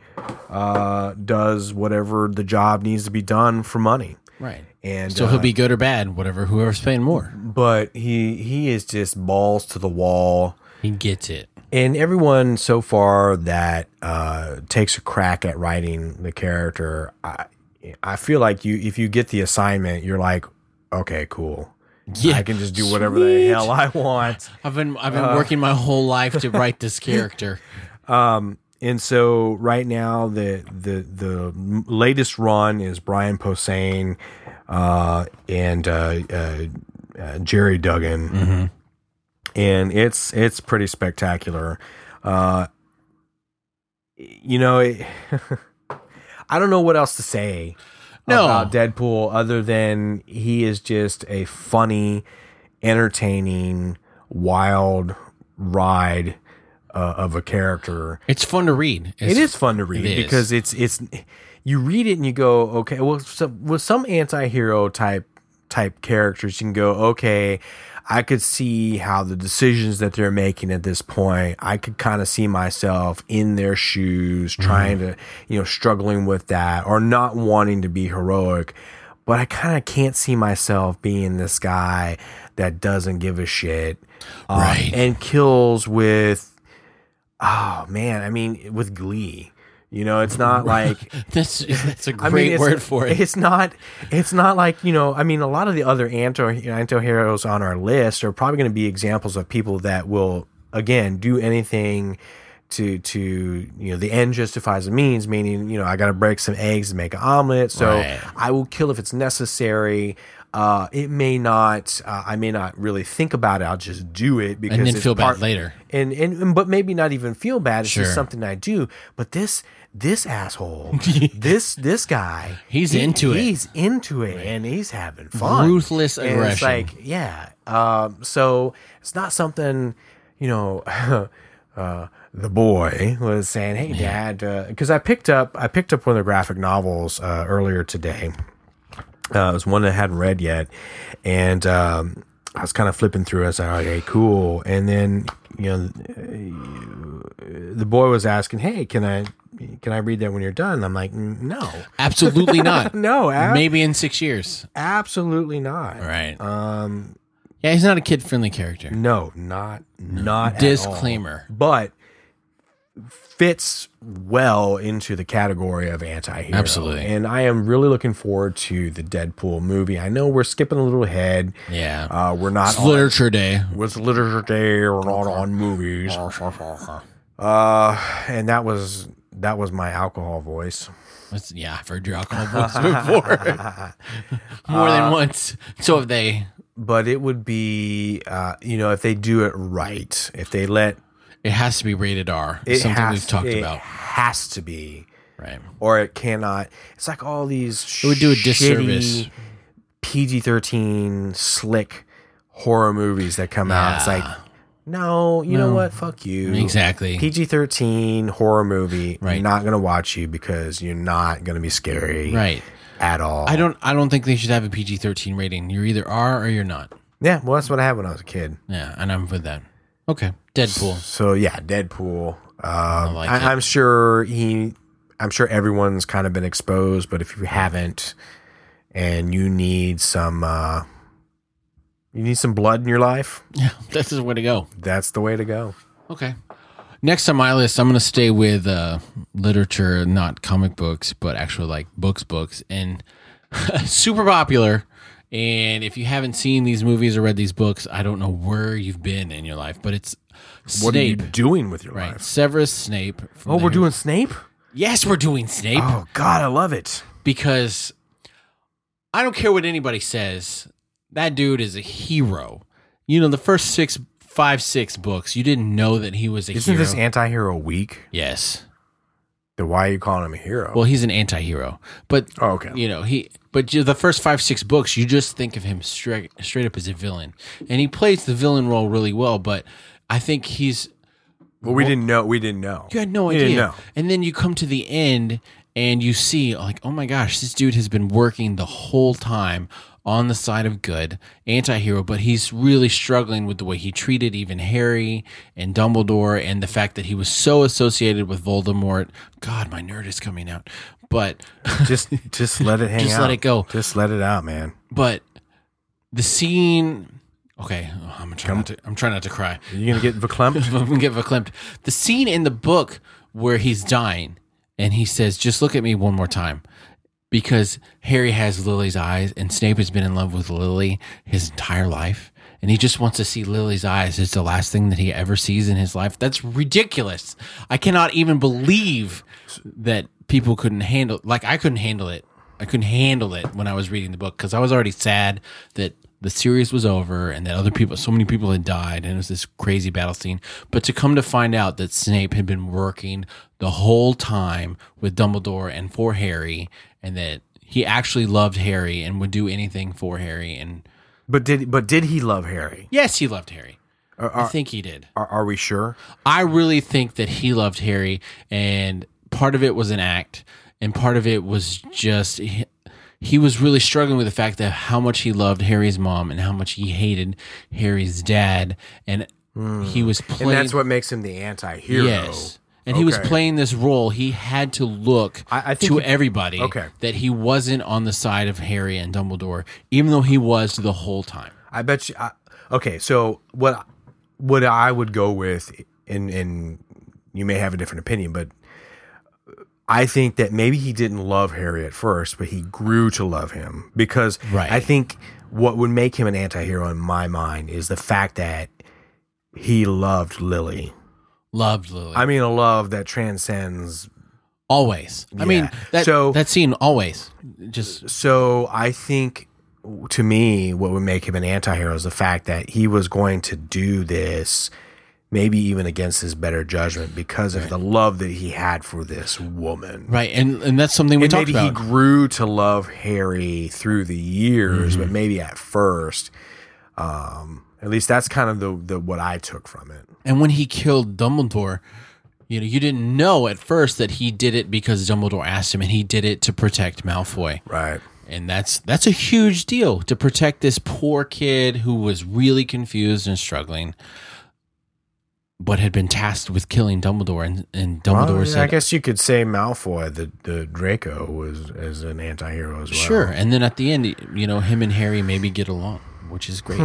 Speaker 1: uh, does whatever the job needs to be done for money.
Speaker 2: right.
Speaker 1: And
Speaker 2: So
Speaker 1: uh,
Speaker 2: he'll be good or bad, whatever. Whoever's paying more,
Speaker 1: but he he is just balls to the wall.
Speaker 2: he gets it.
Speaker 1: And everyone so far that uh, takes a crack at writing the character, I, I feel like you if you get the assignment, you're like, okay, cool.
Speaker 2: Yeah,
Speaker 1: I can Uh, just do whatever the
Speaker 2: Sweet.
Speaker 1: hell I want.
Speaker 2: I've been I've been working my whole life to write this character.
Speaker 1: Um, and so right now the the the latest run is Brian Posehn uh, and uh, uh, uh, Jerry Duggan, and it's it's pretty spectacular. Uh, you know, it, I don't know what else to say
Speaker 2: No.
Speaker 1: about Deadpool other than he is just a funny, entertaining, wild ride uh, of a character
Speaker 2: It's fun to read.
Speaker 1: it
Speaker 2: It's,
Speaker 1: is fun to read
Speaker 2: it is.
Speaker 1: because it's it's you read it and you go okay well some, with some anti-hero type type characters you can go okay i could see how the decisions that they're making at this point i could kind of see myself in their shoes trying to you know struggling with that or not wanting to be heroic but I kind of can't see myself being this guy that doesn't give a shit um,
Speaker 2: Right.
Speaker 1: and kills with oh man, I mean with glee. You know, it's not like
Speaker 2: That's that's a
Speaker 1: I
Speaker 2: great
Speaker 1: mean, it's-
Speaker 2: word for it.
Speaker 1: It's not. It's not like you know. I mean, a lot of the other anti anti heroes on our list are probably going to be examples of people that will again do anything to to you know the end justifies the means. Meaning, you know, I got to break some eggs to make an omelet, so
Speaker 2: Right.
Speaker 1: I will kill if it's necessary. Uh, it may not. Uh, I may not really think about it. I'll just do it because
Speaker 2: And then
Speaker 1: it's
Speaker 2: feel bad
Speaker 1: part-
Speaker 2: later.
Speaker 1: and, and and- but maybe not even feel bad. It's
Speaker 2: Sure.
Speaker 1: just something I do. But this this asshole, this this guy,
Speaker 2: He's into it.
Speaker 1: He's into it, and he's having fun.
Speaker 2: Ruthless
Speaker 1: And It's
Speaker 2: aggression.
Speaker 1: like yeah. Um, so it's not something you know. uh, the boy was saying, "Hey, Dad," because I picked up I picked up one of the graphic novels uh, earlier today. Uh, it was one that I hadn't read yet, and um, I was kind of flipping through. it. I was like, "Okay, cool." And then you know, the boy was asking, "Hey, can I can I read that when you're done?" I'm like, "Mm, "No,
Speaker 2: Absolutely not.
Speaker 1: no, ab-
Speaker 2: Maybe in six years.
Speaker 1: absolutely not.
Speaker 2: Right.
Speaker 1: Um,
Speaker 2: Yeah, he's not a kid friendly character.
Speaker 1: no, not not at all.
Speaker 2: Disclaimer.
Speaker 1: but fits well into the category of anti-hero.
Speaker 2: Absolutely.
Speaker 1: And I am really looking forward to the Deadpool movie. I know we're skipping a little ahead.
Speaker 2: Yeah.
Speaker 1: Uh, we're not
Speaker 2: it's
Speaker 1: on-
Speaker 2: literature day.
Speaker 1: with literature day or not on movies.
Speaker 2: Uh-huh.
Speaker 1: Uh, and that was that was my alcohol voice.
Speaker 2: That's- yeah, I've heard your alcohol voice before. More
Speaker 1: Uh,
Speaker 2: than once. So have they.
Speaker 1: But it would be, uh, you know, if they do it right, if they let
Speaker 2: It has to be rated R.
Speaker 1: it
Speaker 2: It's something
Speaker 1: has,
Speaker 2: we've talked
Speaker 1: it
Speaker 2: about.
Speaker 1: has to be,
Speaker 2: Right.
Speaker 1: or it cannot. It's like all these.
Speaker 2: It would do a disservice.
Speaker 1: PG thirteen slick horror movies that come out. It's like, no, you know what? Fuck you.
Speaker 2: Exactly.
Speaker 1: PG thirteen horror movie.
Speaker 2: Right.
Speaker 1: Not gonna watch you because you're not gonna be scary.
Speaker 2: Right.
Speaker 1: At all.
Speaker 2: I don't I don't think they should have a PG thirteen rating. You're either R or you're not.
Speaker 1: yeah. Well, that's what I had when I was a kid.
Speaker 2: Yeah, and I'm with that. Okay. Deadpool.
Speaker 1: So yeah, Deadpool. Um, I
Speaker 2: like it.
Speaker 1: I, am sure he. I'm sure everyone's kind of been exposed, but if you haven't, and you need some, uh, you need some blood in your life.
Speaker 2: Yeah. That's the way to go.
Speaker 1: That's the way to go.
Speaker 2: Okay. Next on my list, I'm going to stay with uh, literature, not comic books, but actual like books, books, and super popular. And if you haven't seen these movies or read these books, I don't know where you've been in your life, but it's Snape,
Speaker 1: What are you doing with your
Speaker 2: right?
Speaker 1: life?
Speaker 2: Severus Snape. from
Speaker 1: Oh,
Speaker 2: the
Speaker 1: we're
Speaker 2: Harry-
Speaker 1: doing Snape.
Speaker 2: Yes, we're doing Snape
Speaker 1: Oh God, I love it.
Speaker 2: because I don't care what anybody says. That dude is a hero. You know, the first six, five, six books, you didn't know that he was a
Speaker 1: Isn't
Speaker 2: hero.
Speaker 1: this anti-hero week?
Speaker 2: yes.
Speaker 1: Then why are you calling him a hero?
Speaker 2: Well, he's an anti-hero, but
Speaker 1: Oh, okay.
Speaker 2: you know he. But you, the first five six books, you just think of him straight straight up as a villain, and he plays the villain role really well. But I think he's
Speaker 1: Well, we didn't know. We didn't know.
Speaker 2: you had no
Speaker 1: We
Speaker 2: idea.
Speaker 1: didn't know.
Speaker 2: And then you come to the end and you see, like, oh my gosh, this dude has been working the whole time on the side of good, anti hero, but he's really struggling with the way he treated even Harry and Dumbledore and the fact that he was so associated with Voldemort. God, my nerd is coming out. But
Speaker 1: Just, just let it hang
Speaker 2: Just
Speaker 1: out.
Speaker 2: let it go.
Speaker 1: Just let it out, man.
Speaker 2: but the scene okay oh, i'm trying not to i'm trying not to cry
Speaker 1: You're gonna get verklempt.
Speaker 2: i'm gonna get verklempt the scene in the book where he's dying and he says just look at me one more time because harry has lily's eyes and snape has been in love with lily his entire life and he just wants to see Lily's eyes. It's the last thing that he ever sees in his life. That's ridiculous. I cannot even believe that people couldn't handle like I couldn't handle it. I couldn't handle it when I was reading the book because I was already sad that the series was over and that other people, so many people had died, and it was this crazy battle scene. But to come to find out that Snape had been working the whole time with Dumbledore and for Harry, and that he actually loved Harry and would do anything for Harry, and
Speaker 1: But did, but did he love Harry?
Speaker 2: yes, he loved Harry.
Speaker 1: Are-
Speaker 2: I
Speaker 1: are-
Speaker 2: think he did.
Speaker 1: Are, are we sure?
Speaker 2: I really think that he loved Harry, and part of it was an act, and part of it was just he, he was really struggling with the fact that how much he loved Harry's mom and how much he hated Harry's dad, and he was
Speaker 1: Hmm. And
Speaker 2: playing.
Speaker 1: that's what makes him the anti-hero.
Speaker 2: Yes. and he was
Speaker 1: Okay.
Speaker 2: playing this role. He had to look
Speaker 1: I- I think
Speaker 2: to
Speaker 1: he-
Speaker 2: everybody
Speaker 1: Okay.
Speaker 2: that he wasn't on the side of Harry and Dumbledore, even though he was the whole time.
Speaker 1: I bet you. I, okay, so what? What I would go with, and and you may have a different opinion, but I think that maybe he didn't love Harry at first, but he grew to love him because
Speaker 2: Right.
Speaker 1: I think what would make him an anti-hero in my mind is the fact that he loved Lily.
Speaker 2: Loved Lily
Speaker 1: I mean, a love that transcends
Speaker 2: always. I mean
Speaker 1: Yeah.
Speaker 2: that
Speaker 1: So-
Speaker 2: that scene always just
Speaker 1: So I think to me, what would make him an anti-hero is the fact that he was going to do this, maybe even against his better judgment, because of the love that he had for this woman.
Speaker 2: right, and and that's something we
Speaker 1: And
Speaker 2: talked
Speaker 1: maybe he
Speaker 2: about.
Speaker 1: grew to love Harry through the years, but maybe at first, um, at least that's kind of the, the what I took from it.
Speaker 2: And when he killed Dumbledore, you know, you didn't know at first that he did it because Dumbledore asked him, and he did it to protect Malfoy.
Speaker 1: Right.
Speaker 2: And that's that's a huge deal to protect this poor kid who was really confused and struggling, but had been tasked with killing Dumbledore. And, and Dumbledore
Speaker 1: Well, I
Speaker 2: said,
Speaker 1: guess you could say Malfoy, the, the Draco, was as an anti-hero as well.
Speaker 2: "Sure." And then at the end, you know, him and Harry maybe get along, which is great.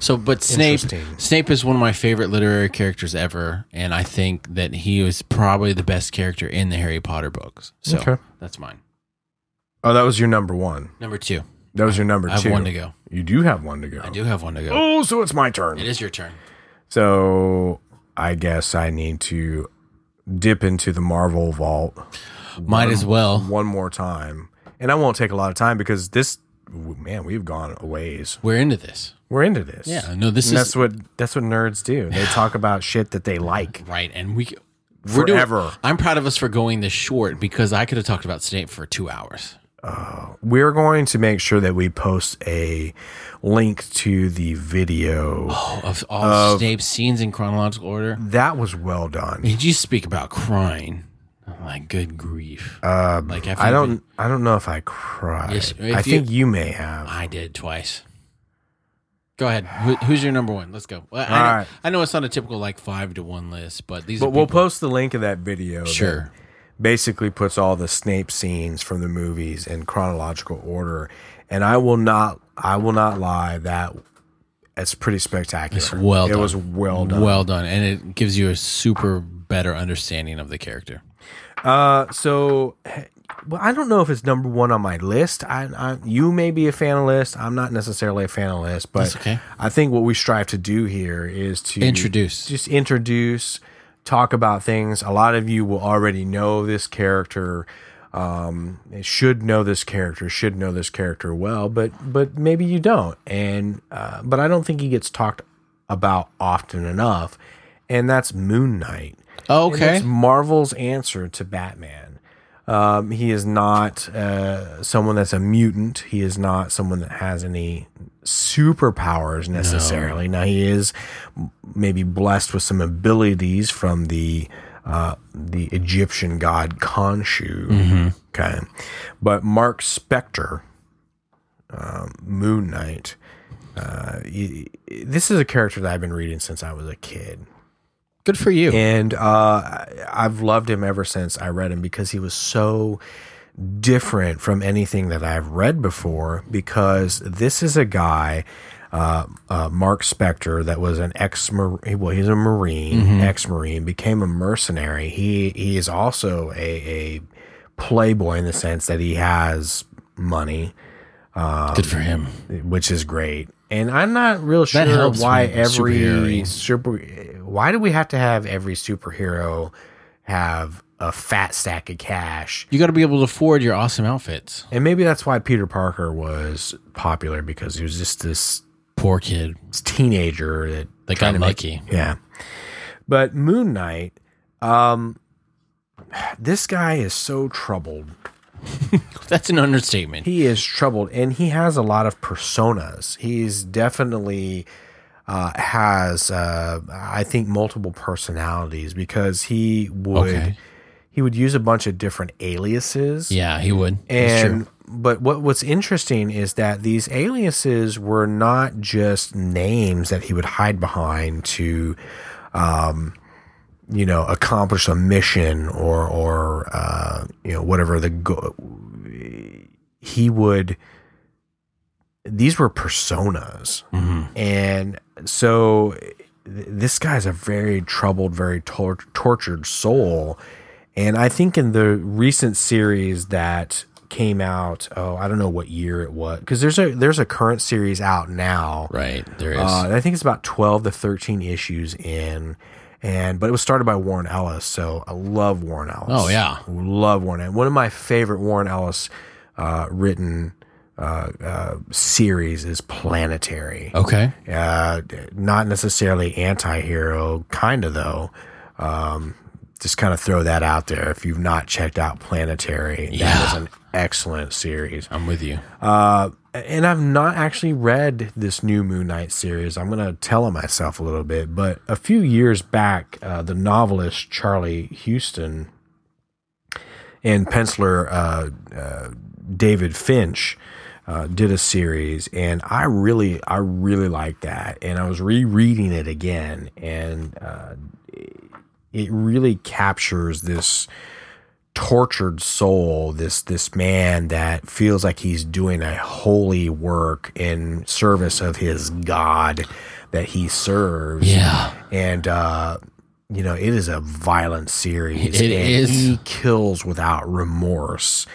Speaker 2: So, but Snape,
Speaker 1: Hmm. Interesting.
Speaker 2: Snape is one of my favorite literary characters ever, and I think that he is probably the best character in the Harry Potter books. So
Speaker 1: Okay.
Speaker 2: that's mine.
Speaker 1: Oh, that was your number one.
Speaker 2: Number two.
Speaker 1: That was your number
Speaker 2: I have
Speaker 1: two.
Speaker 2: one to go.
Speaker 1: You do have one to go.
Speaker 2: I do have one to go.
Speaker 1: Oh, so it's my
Speaker 2: It
Speaker 1: turn.
Speaker 2: is your turn.
Speaker 1: So I guess I need to dip into the Marvel vault
Speaker 2: Might as well.
Speaker 1: one more time. And I won't take a lot of time because this man, we've gone a ways.
Speaker 2: We're into this.
Speaker 1: We're into this.
Speaker 2: Yeah. No, this
Speaker 1: And
Speaker 2: is
Speaker 1: that's what that's what nerds do. They talk about shit that they like.
Speaker 2: Right, and we
Speaker 1: Forever.
Speaker 2: I'm proud of us for going this short because I could have talked about Snape for two hours.
Speaker 1: We're going to make sure that we post a link to the video.
Speaker 2: Oh, of all Snape's scenes in chronological order.
Speaker 1: That was well done.
Speaker 2: Did you speak about crying? Oh, my good grief! like
Speaker 1: Uh,
Speaker 2: after
Speaker 1: I
Speaker 2: you've
Speaker 1: don't.
Speaker 2: been-
Speaker 1: I don't know if I cried.
Speaker 2: Yes, if
Speaker 1: I
Speaker 2: you-
Speaker 1: think you may have.
Speaker 2: I did twice. Go ahead. Who, who's your number one? Let's go. Well, I,
Speaker 1: All
Speaker 2: know,
Speaker 1: right.
Speaker 2: I know it's not a typical like five to one list, but these. are
Speaker 1: But we'll
Speaker 2: people-
Speaker 1: post the link of that video. that
Speaker 2: sure.
Speaker 1: basically puts all the Snape scenes from the movies in chronological order, and I will not. I will not lie. That it's pretty spectacular.
Speaker 2: It's well
Speaker 1: It
Speaker 2: done.
Speaker 1: was well done.
Speaker 2: Well done, and it gives you a super better understanding of the character.
Speaker 1: uh, so. Well, I don't know if it's number one on my list. I, I you may be a fan of list. I'm not necessarily a fan of list, but
Speaker 2: That's okay.
Speaker 1: I think what we strive to do here is to
Speaker 2: Introduce.
Speaker 1: just introduce, talk about things. A lot of you will already know this character, um, should know this character, should know this character well, but but maybe you don't. And uh, but I don't think he gets talked about often enough, and that's Moon Knight. And
Speaker 2: Oh, Okay.
Speaker 1: it's Marvel's answer to Batman. Um, he is not uh, someone that's a mutant. He is not someone that has any superpowers necessarily. Now he is m- maybe blessed with some abilities from the uh, the Egyptian god Khonshu. Okay, but Mark Spector, um, Moon Knight. Uh, y- y- this is a character that I've been reading since I was a kid
Speaker 2: Good for you.
Speaker 1: and uh, I- I've loved him ever since I read him because he was so different from anything that I've read before. Because this is a guy, uh, uh, Mark Spector, that was an ex marine. Well, he's a marine, ex marine, became a mercenary. He he is also a, a playboy in the sense that he has money
Speaker 2: Good for him.
Speaker 1: which is great. And I'm not real sure
Speaker 2: helps
Speaker 1: why
Speaker 2: with
Speaker 1: every
Speaker 2: superheroing.
Speaker 1: super why do we have to have every superhero have a fat stack of cash?
Speaker 2: You got to be able to afford your awesome outfits.
Speaker 1: And maybe that's why Peter Parker was popular because he was just this
Speaker 2: Poor kid.
Speaker 1: teenager that
Speaker 2: They
Speaker 1: tried
Speaker 2: got
Speaker 1: to make-
Speaker 2: lucky.
Speaker 1: yeah. But Moon Knight, um this guy is so troubled.
Speaker 2: That's an understatement.
Speaker 1: He is troubled, and he has a lot of personas. He's definitely uh, has, uh, I think, multiple personalities because he would
Speaker 2: Okay.
Speaker 1: he would use a bunch of different aliases.
Speaker 2: yeah, he would. That's true.
Speaker 1: And but what what's interesting is that these aliases were not just names that he would hide behind to um, you know accomplish a mission or or uh, you know whatever the go- he would these were personas
Speaker 2: Mm-hmm.
Speaker 1: and so th- this guy's a very troubled, very tor- tortured soul. And I think in the recent series that came out, oh, I don't know what year it was, because there's a there's a current series out now.
Speaker 2: Right. There is.
Speaker 1: Uh, and I think it's about twelve to thirteen issues in, and but it was started by Warren Ellis, so I love Warren Ellis.
Speaker 2: Oh, yeah.
Speaker 1: love Warren. Ellis. One of my favorite Warren Ellis uh, written uh, uh, series is Planetary
Speaker 2: okay.
Speaker 1: uh, not necessarily anti-hero kind of though um, just kind of throw that out there if you've not checked out planetary
Speaker 2: Yeah.
Speaker 1: that is an excellent series
Speaker 2: I'm with you.
Speaker 1: uh, and i've not actually read this new moon knight series i'm going to tell on myself a little bit but a few years back uh, the novelist charlie houston and penciler uh, uh, David Finch uh, did a series, and I really, I really liked that. And I was rereading it again, and uh, it really captures this tortured soul, this this man that feels like he's doing a holy work in service of his God that he serves
Speaker 2: Yeah.
Speaker 1: and uh you know it is a violent series
Speaker 2: It
Speaker 1: and
Speaker 2: is.
Speaker 1: he kills without remorse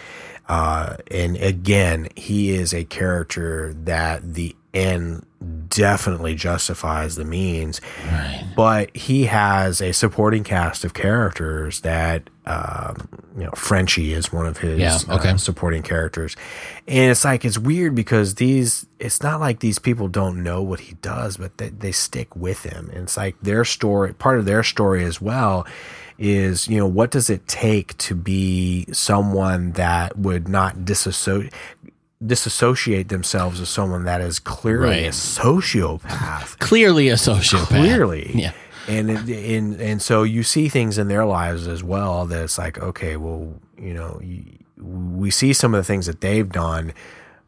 Speaker 1: uh and again he is a character that the end definitely justifies the means
Speaker 2: Right.
Speaker 1: but he has a supporting cast of characters that um, you know Frenchie is one of his
Speaker 2: Yeah,
Speaker 1: uh,
Speaker 2: okay.
Speaker 1: supporting characters, and it's like it's weird because these it's not like these people don't know what he does, but they, they stick with him, and it's like their story part of their story as well is you know what does it take to be someone that would not disassociate disassociate themselves as someone that is clearly a
Speaker 2: Right.
Speaker 1: sociopath
Speaker 2: Clearly a sociopath.
Speaker 1: clearly
Speaker 2: Yeah.
Speaker 1: and it, and and so you see things in their lives as well that it's like okay well you know you, we see some of the things that they've done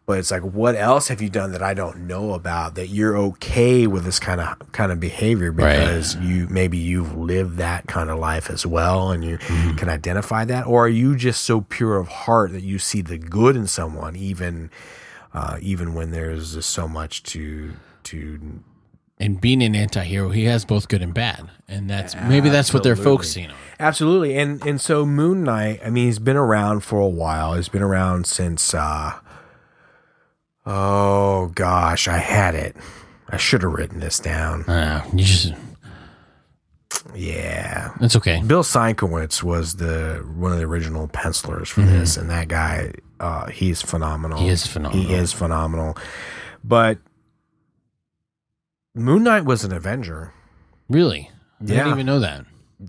Speaker 1: but it's like what else have you done that I don't know about that you're okay with this kind of kind of behavior
Speaker 2: Right.
Speaker 1: because you maybe you've lived that kind of life as well and you
Speaker 2: Mm-hmm.
Speaker 1: can identify that or are you just so pure of heart that you see the good in someone even uh, even when there's just so much to to
Speaker 2: And being an anti-hero, he has both good and bad. And that's maybe that's what they're focusing on.
Speaker 1: Absolutely, and and so Moon Knight. I mean, he's been around for a while. He's been around since. Uh, oh gosh, I had it. I should have written this down.
Speaker 2: Uh, you just
Speaker 1: Yeah,
Speaker 2: that's okay.
Speaker 1: Bill Sienkiewicz was the one of the original pencilers for this, and that guy, uh, he's phenomenal.
Speaker 2: Mm-hmm. He is phenomenal.
Speaker 1: He is phenomenal. But Moon Knight was an Avenger.
Speaker 2: Really? I
Speaker 1: Yeah.
Speaker 2: didn't even know that.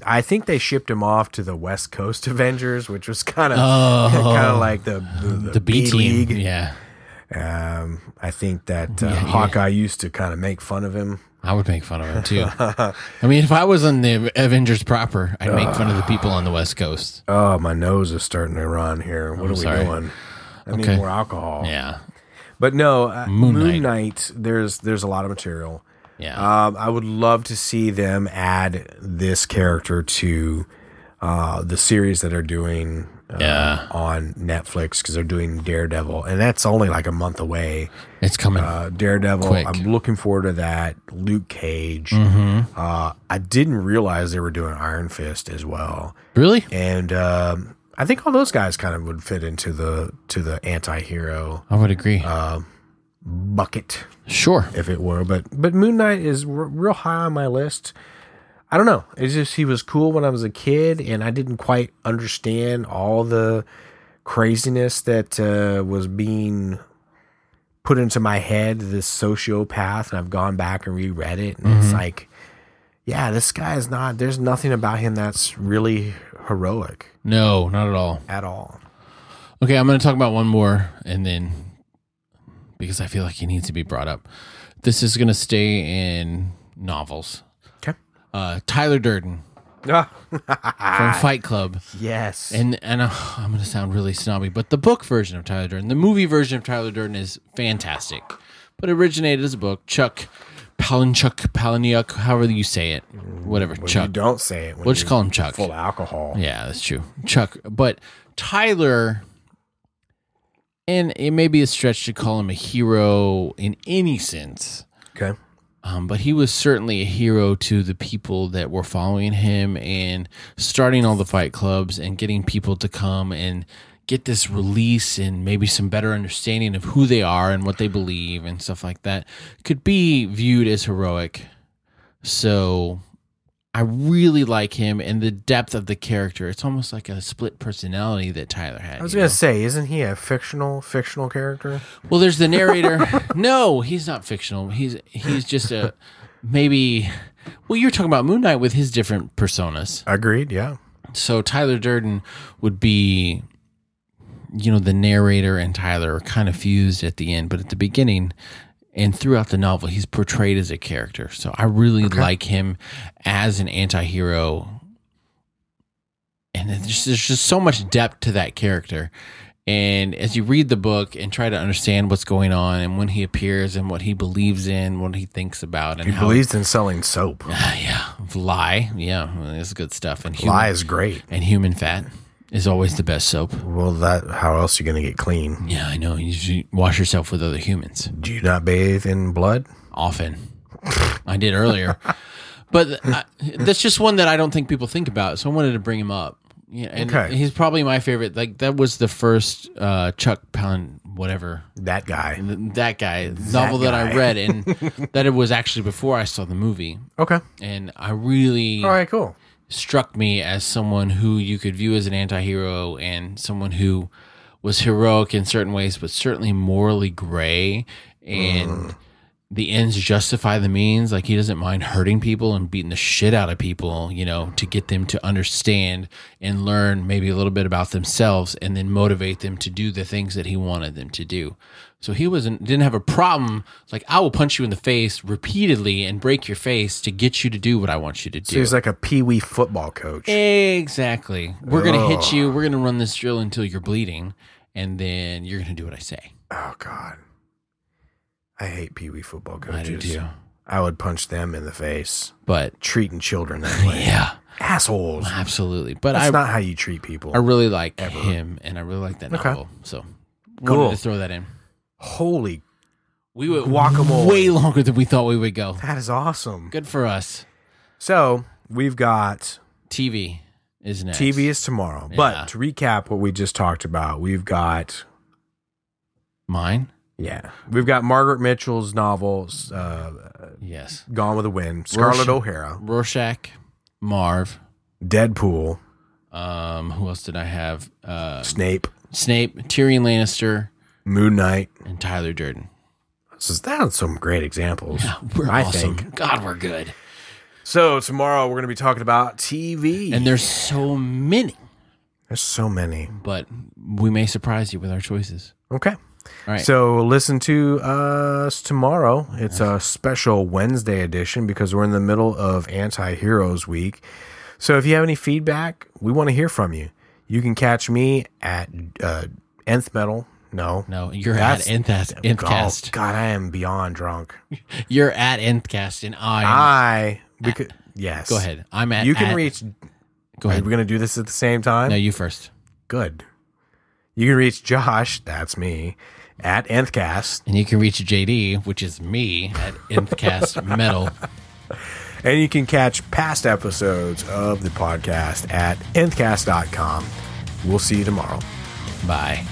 Speaker 1: I think they shipped him off to the West Coast Avengers, which was kind of
Speaker 2: Oh,
Speaker 1: kind of like the the, the
Speaker 2: the B team.
Speaker 1: League.
Speaker 2: Yeah,
Speaker 1: Um, I think that uh,
Speaker 2: Yeah, yeah.
Speaker 1: Hawkeye used to kind of make fun of him.
Speaker 2: I would make fun of him too. I mean, if I was on the Avengers proper, I'd make fun of the people on the West Coast.
Speaker 1: Uh. Oh, my nose is starting to run here. What are we
Speaker 2: sorry.
Speaker 1: doing? I need
Speaker 2: Okay.
Speaker 1: more alcohol.
Speaker 2: Yeah,
Speaker 1: But no, uh,
Speaker 2: Moon
Speaker 1: Moon, Knight.
Speaker 2: Knight.
Speaker 1: There's there's a lot of material.
Speaker 2: yeah.
Speaker 1: Um, I would love to see them add this character to uh, the series that are doing. Uh,
Speaker 2: Yeah.
Speaker 1: on Netflix because they're doing Daredevil, and that's only like a month away.
Speaker 2: it's coming.
Speaker 1: uh, Daredevil.
Speaker 2: Quick.
Speaker 1: I'm looking forward to that. Luke Cage. Uh, I didn't realize they were doing Iron Fist as well,
Speaker 2: really?
Speaker 1: and um, I think all those guys kind of would fit into the to the anti-hero
Speaker 2: I would agree.
Speaker 1: Uh. bucket,
Speaker 2: sure.
Speaker 1: if it were. But but Moon Knight is r- real high on my list. I don't know. It's just he was cool when I was a kid, and I didn't quite understand all the craziness that uh, was being put into my head. This sociopath, and I've gone back and reread it, and it's like, yeah, this guy is not. There's nothing about him that's really heroic
Speaker 2: No, not at all.
Speaker 1: at all.
Speaker 2: Okay, I'm going to talk about one more, and then because I feel like he needs to be brought up, this is going to stay in novels.
Speaker 1: Okay.
Speaker 2: Uh, Tyler Durden from
Speaker 1: Ah.
Speaker 2: Fight Club.
Speaker 1: yes.
Speaker 2: And and uh, I'm going to sound really snobby, but the book version of Tyler Durden, the movie version of Tyler Durden is fantastic. But it originated as a book. Chuck Palinchuk, Paliniuk, however you say it, whatever.
Speaker 1: Well,
Speaker 2: Chuck.
Speaker 1: Mm, You don't say it. When
Speaker 2: We'll just
Speaker 1: you're
Speaker 2: call him Chuck.
Speaker 1: Full alcohol.
Speaker 2: Yeah, that's true. Chuck, but Tyler, and it may be a stretch to call him a hero in any sense,
Speaker 1: Okay.
Speaker 2: um, but he was certainly a hero to the people that were following him and starting all the fight clubs and getting people to come and get this release and maybe some better understanding of who they are and what they believe and stuff like that could be viewed as heroic. So I really like him and the depth of the character. It's almost like a split personality that Tyler had.
Speaker 1: I was
Speaker 2: you
Speaker 1: gonna
Speaker 2: know?
Speaker 1: say, isn't he a fictional fictional character?
Speaker 2: Well, there's the narrator. no, he's not fictional. He's he's just a maybe. Well, you're talking about Moon Knight with his different personas.
Speaker 1: Agreed. Yeah.
Speaker 2: So Tyler Durden would be, you know, the narrator and Tyler are kind of fused at the end, but at the beginning and throughout the novel, he's portrayed as a character. So I really like him as an anti-hero. And there's just, there's just so much depth to that character. And as you read the book and try to understand what's going on and when he appears and what he believes in, what he thinks about, and
Speaker 1: He
Speaker 2: how
Speaker 1: believes in selling soap.
Speaker 2: yeah, lie, yeah, well, that's good stuff. And human-
Speaker 1: Lie is great.
Speaker 2: and human fat is always the best soap.
Speaker 1: Well, that how else are you gonna get clean?
Speaker 2: Yeah, I know. You should wash yourself with other humans
Speaker 1: Do you not bathe in blood?
Speaker 2: often. I did earlier, but I, that's just one that I don't think people think about. So I wanted to bring him up. Yeah, and
Speaker 1: Okay.
Speaker 2: he's probably my favorite. Like that was the first uh, Chuck Palin, whatever
Speaker 1: That guy.
Speaker 2: th- that guy novel that I
Speaker 1: guy.
Speaker 2: read, and that it was actually before I saw the movie.
Speaker 1: Okay.
Speaker 2: And I really
Speaker 1: All right. Cool.
Speaker 2: struck me as someone who you could view as an anti-hero and someone who was heroic in certain ways but certainly morally gray and the ends justify the means like he doesn't mind hurting people and beating the shit out of people you know to get them to understand and learn maybe a little bit about themselves and then motivate them to do the things that he wanted them to do so he wasn't didn't have a problem like i will punch you in the face repeatedly and break your face to get you to do what i want you to do
Speaker 1: So he's like a pee wee football coach.
Speaker 2: Eh. Exactly. We're gonna hit you. We're gonna run this drill until you're bleeding, and then you're gonna do what I say.
Speaker 1: Oh God. I hate pee wee football coaches.
Speaker 2: I do too.
Speaker 1: I would punch them in the face.
Speaker 2: But
Speaker 1: Treating children that way.
Speaker 2: yeah,
Speaker 1: Assholes.
Speaker 2: absolutely. But
Speaker 1: That's
Speaker 2: I
Speaker 1: not how you treat people.
Speaker 2: I really like him, and I really like that
Speaker 1: Okay.
Speaker 2: novel. So
Speaker 1: Cool.
Speaker 2: wanted to throw that in.
Speaker 1: Holy,
Speaker 2: We went
Speaker 1: Guacamole.
Speaker 2: way longer than we thought we would go.
Speaker 1: that is awesome.
Speaker 2: Good for us.
Speaker 1: So we've got
Speaker 2: TV is next.
Speaker 1: TV is tomorrow.
Speaker 2: Yeah.
Speaker 1: But to recap what we just talked about, we've got
Speaker 2: mine.
Speaker 1: yeah, we've got Margaret Mitchell's novels, uh,
Speaker 2: Yes.
Speaker 1: Gone with the Wind, Scarlett
Speaker 2: Rorsch-
Speaker 1: O'Hara,
Speaker 2: Rorschach, Marv.
Speaker 1: Deadpool,
Speaker 2: Um, who else did I have? Uh,
Speaker 1: Snape,
Speaker 2: Snape, Tyrion Lannister,
Speaker 1: Moon Knight.
Speaker 2: and Tyler Durden.
Speaker 1: So that's some great examples.
Speaker 2: We're
Speaker 1: I
Speaker 2: awesome.
Speaker 1: think.
Speaker 2: God, we're good.
Speaker 1: So tomorrow we're going to be talking about TV,
Speaker 2: And there's so many,
Speaker 1: there's so many.
Speaker 2: but we may surprise you with our choices.
Speaker 1: Okay.
Speaker 2: All right.
Speaker 1: So listen to us tomorrow. It's a special Wednesday edition because we're in the middle of Anti Heroes Week. So if you have any feedback, we want to hear from you. You can catch me at uh, Nth Metal. No.
Speaker 2: no, you're
Speaker 1: That's-
Speaker 2: at Nthcast.
Speaker 1: Oh,
Speaker 2: Nthcast.
Speaker 1: God, I am beyond drunk.
Speaker 2: You're at Nthcast, and I.
Speaker 1: I because yes.
Speaker 2: go ahead. I'm at.
Speaker 1: Ah, You can
Speaker 2: at-
Speaker 1: reach.
Speaker 2: Go
Speaker 1: Are
Speaker 2: ahead.
Speaker 1: we going to do this at the same time?
Speaker 2: No, you first.
Speaker 1: Good. You can reach Josh. That's me. At Nthcast.
Speaker 2: And you can reach JD, which is me, at Nthcast Metal.
Speaker 1: And you can catch past episodes of the podcast at nthcast.com. We'll see you tomorrow.
Speaker 2: Bye.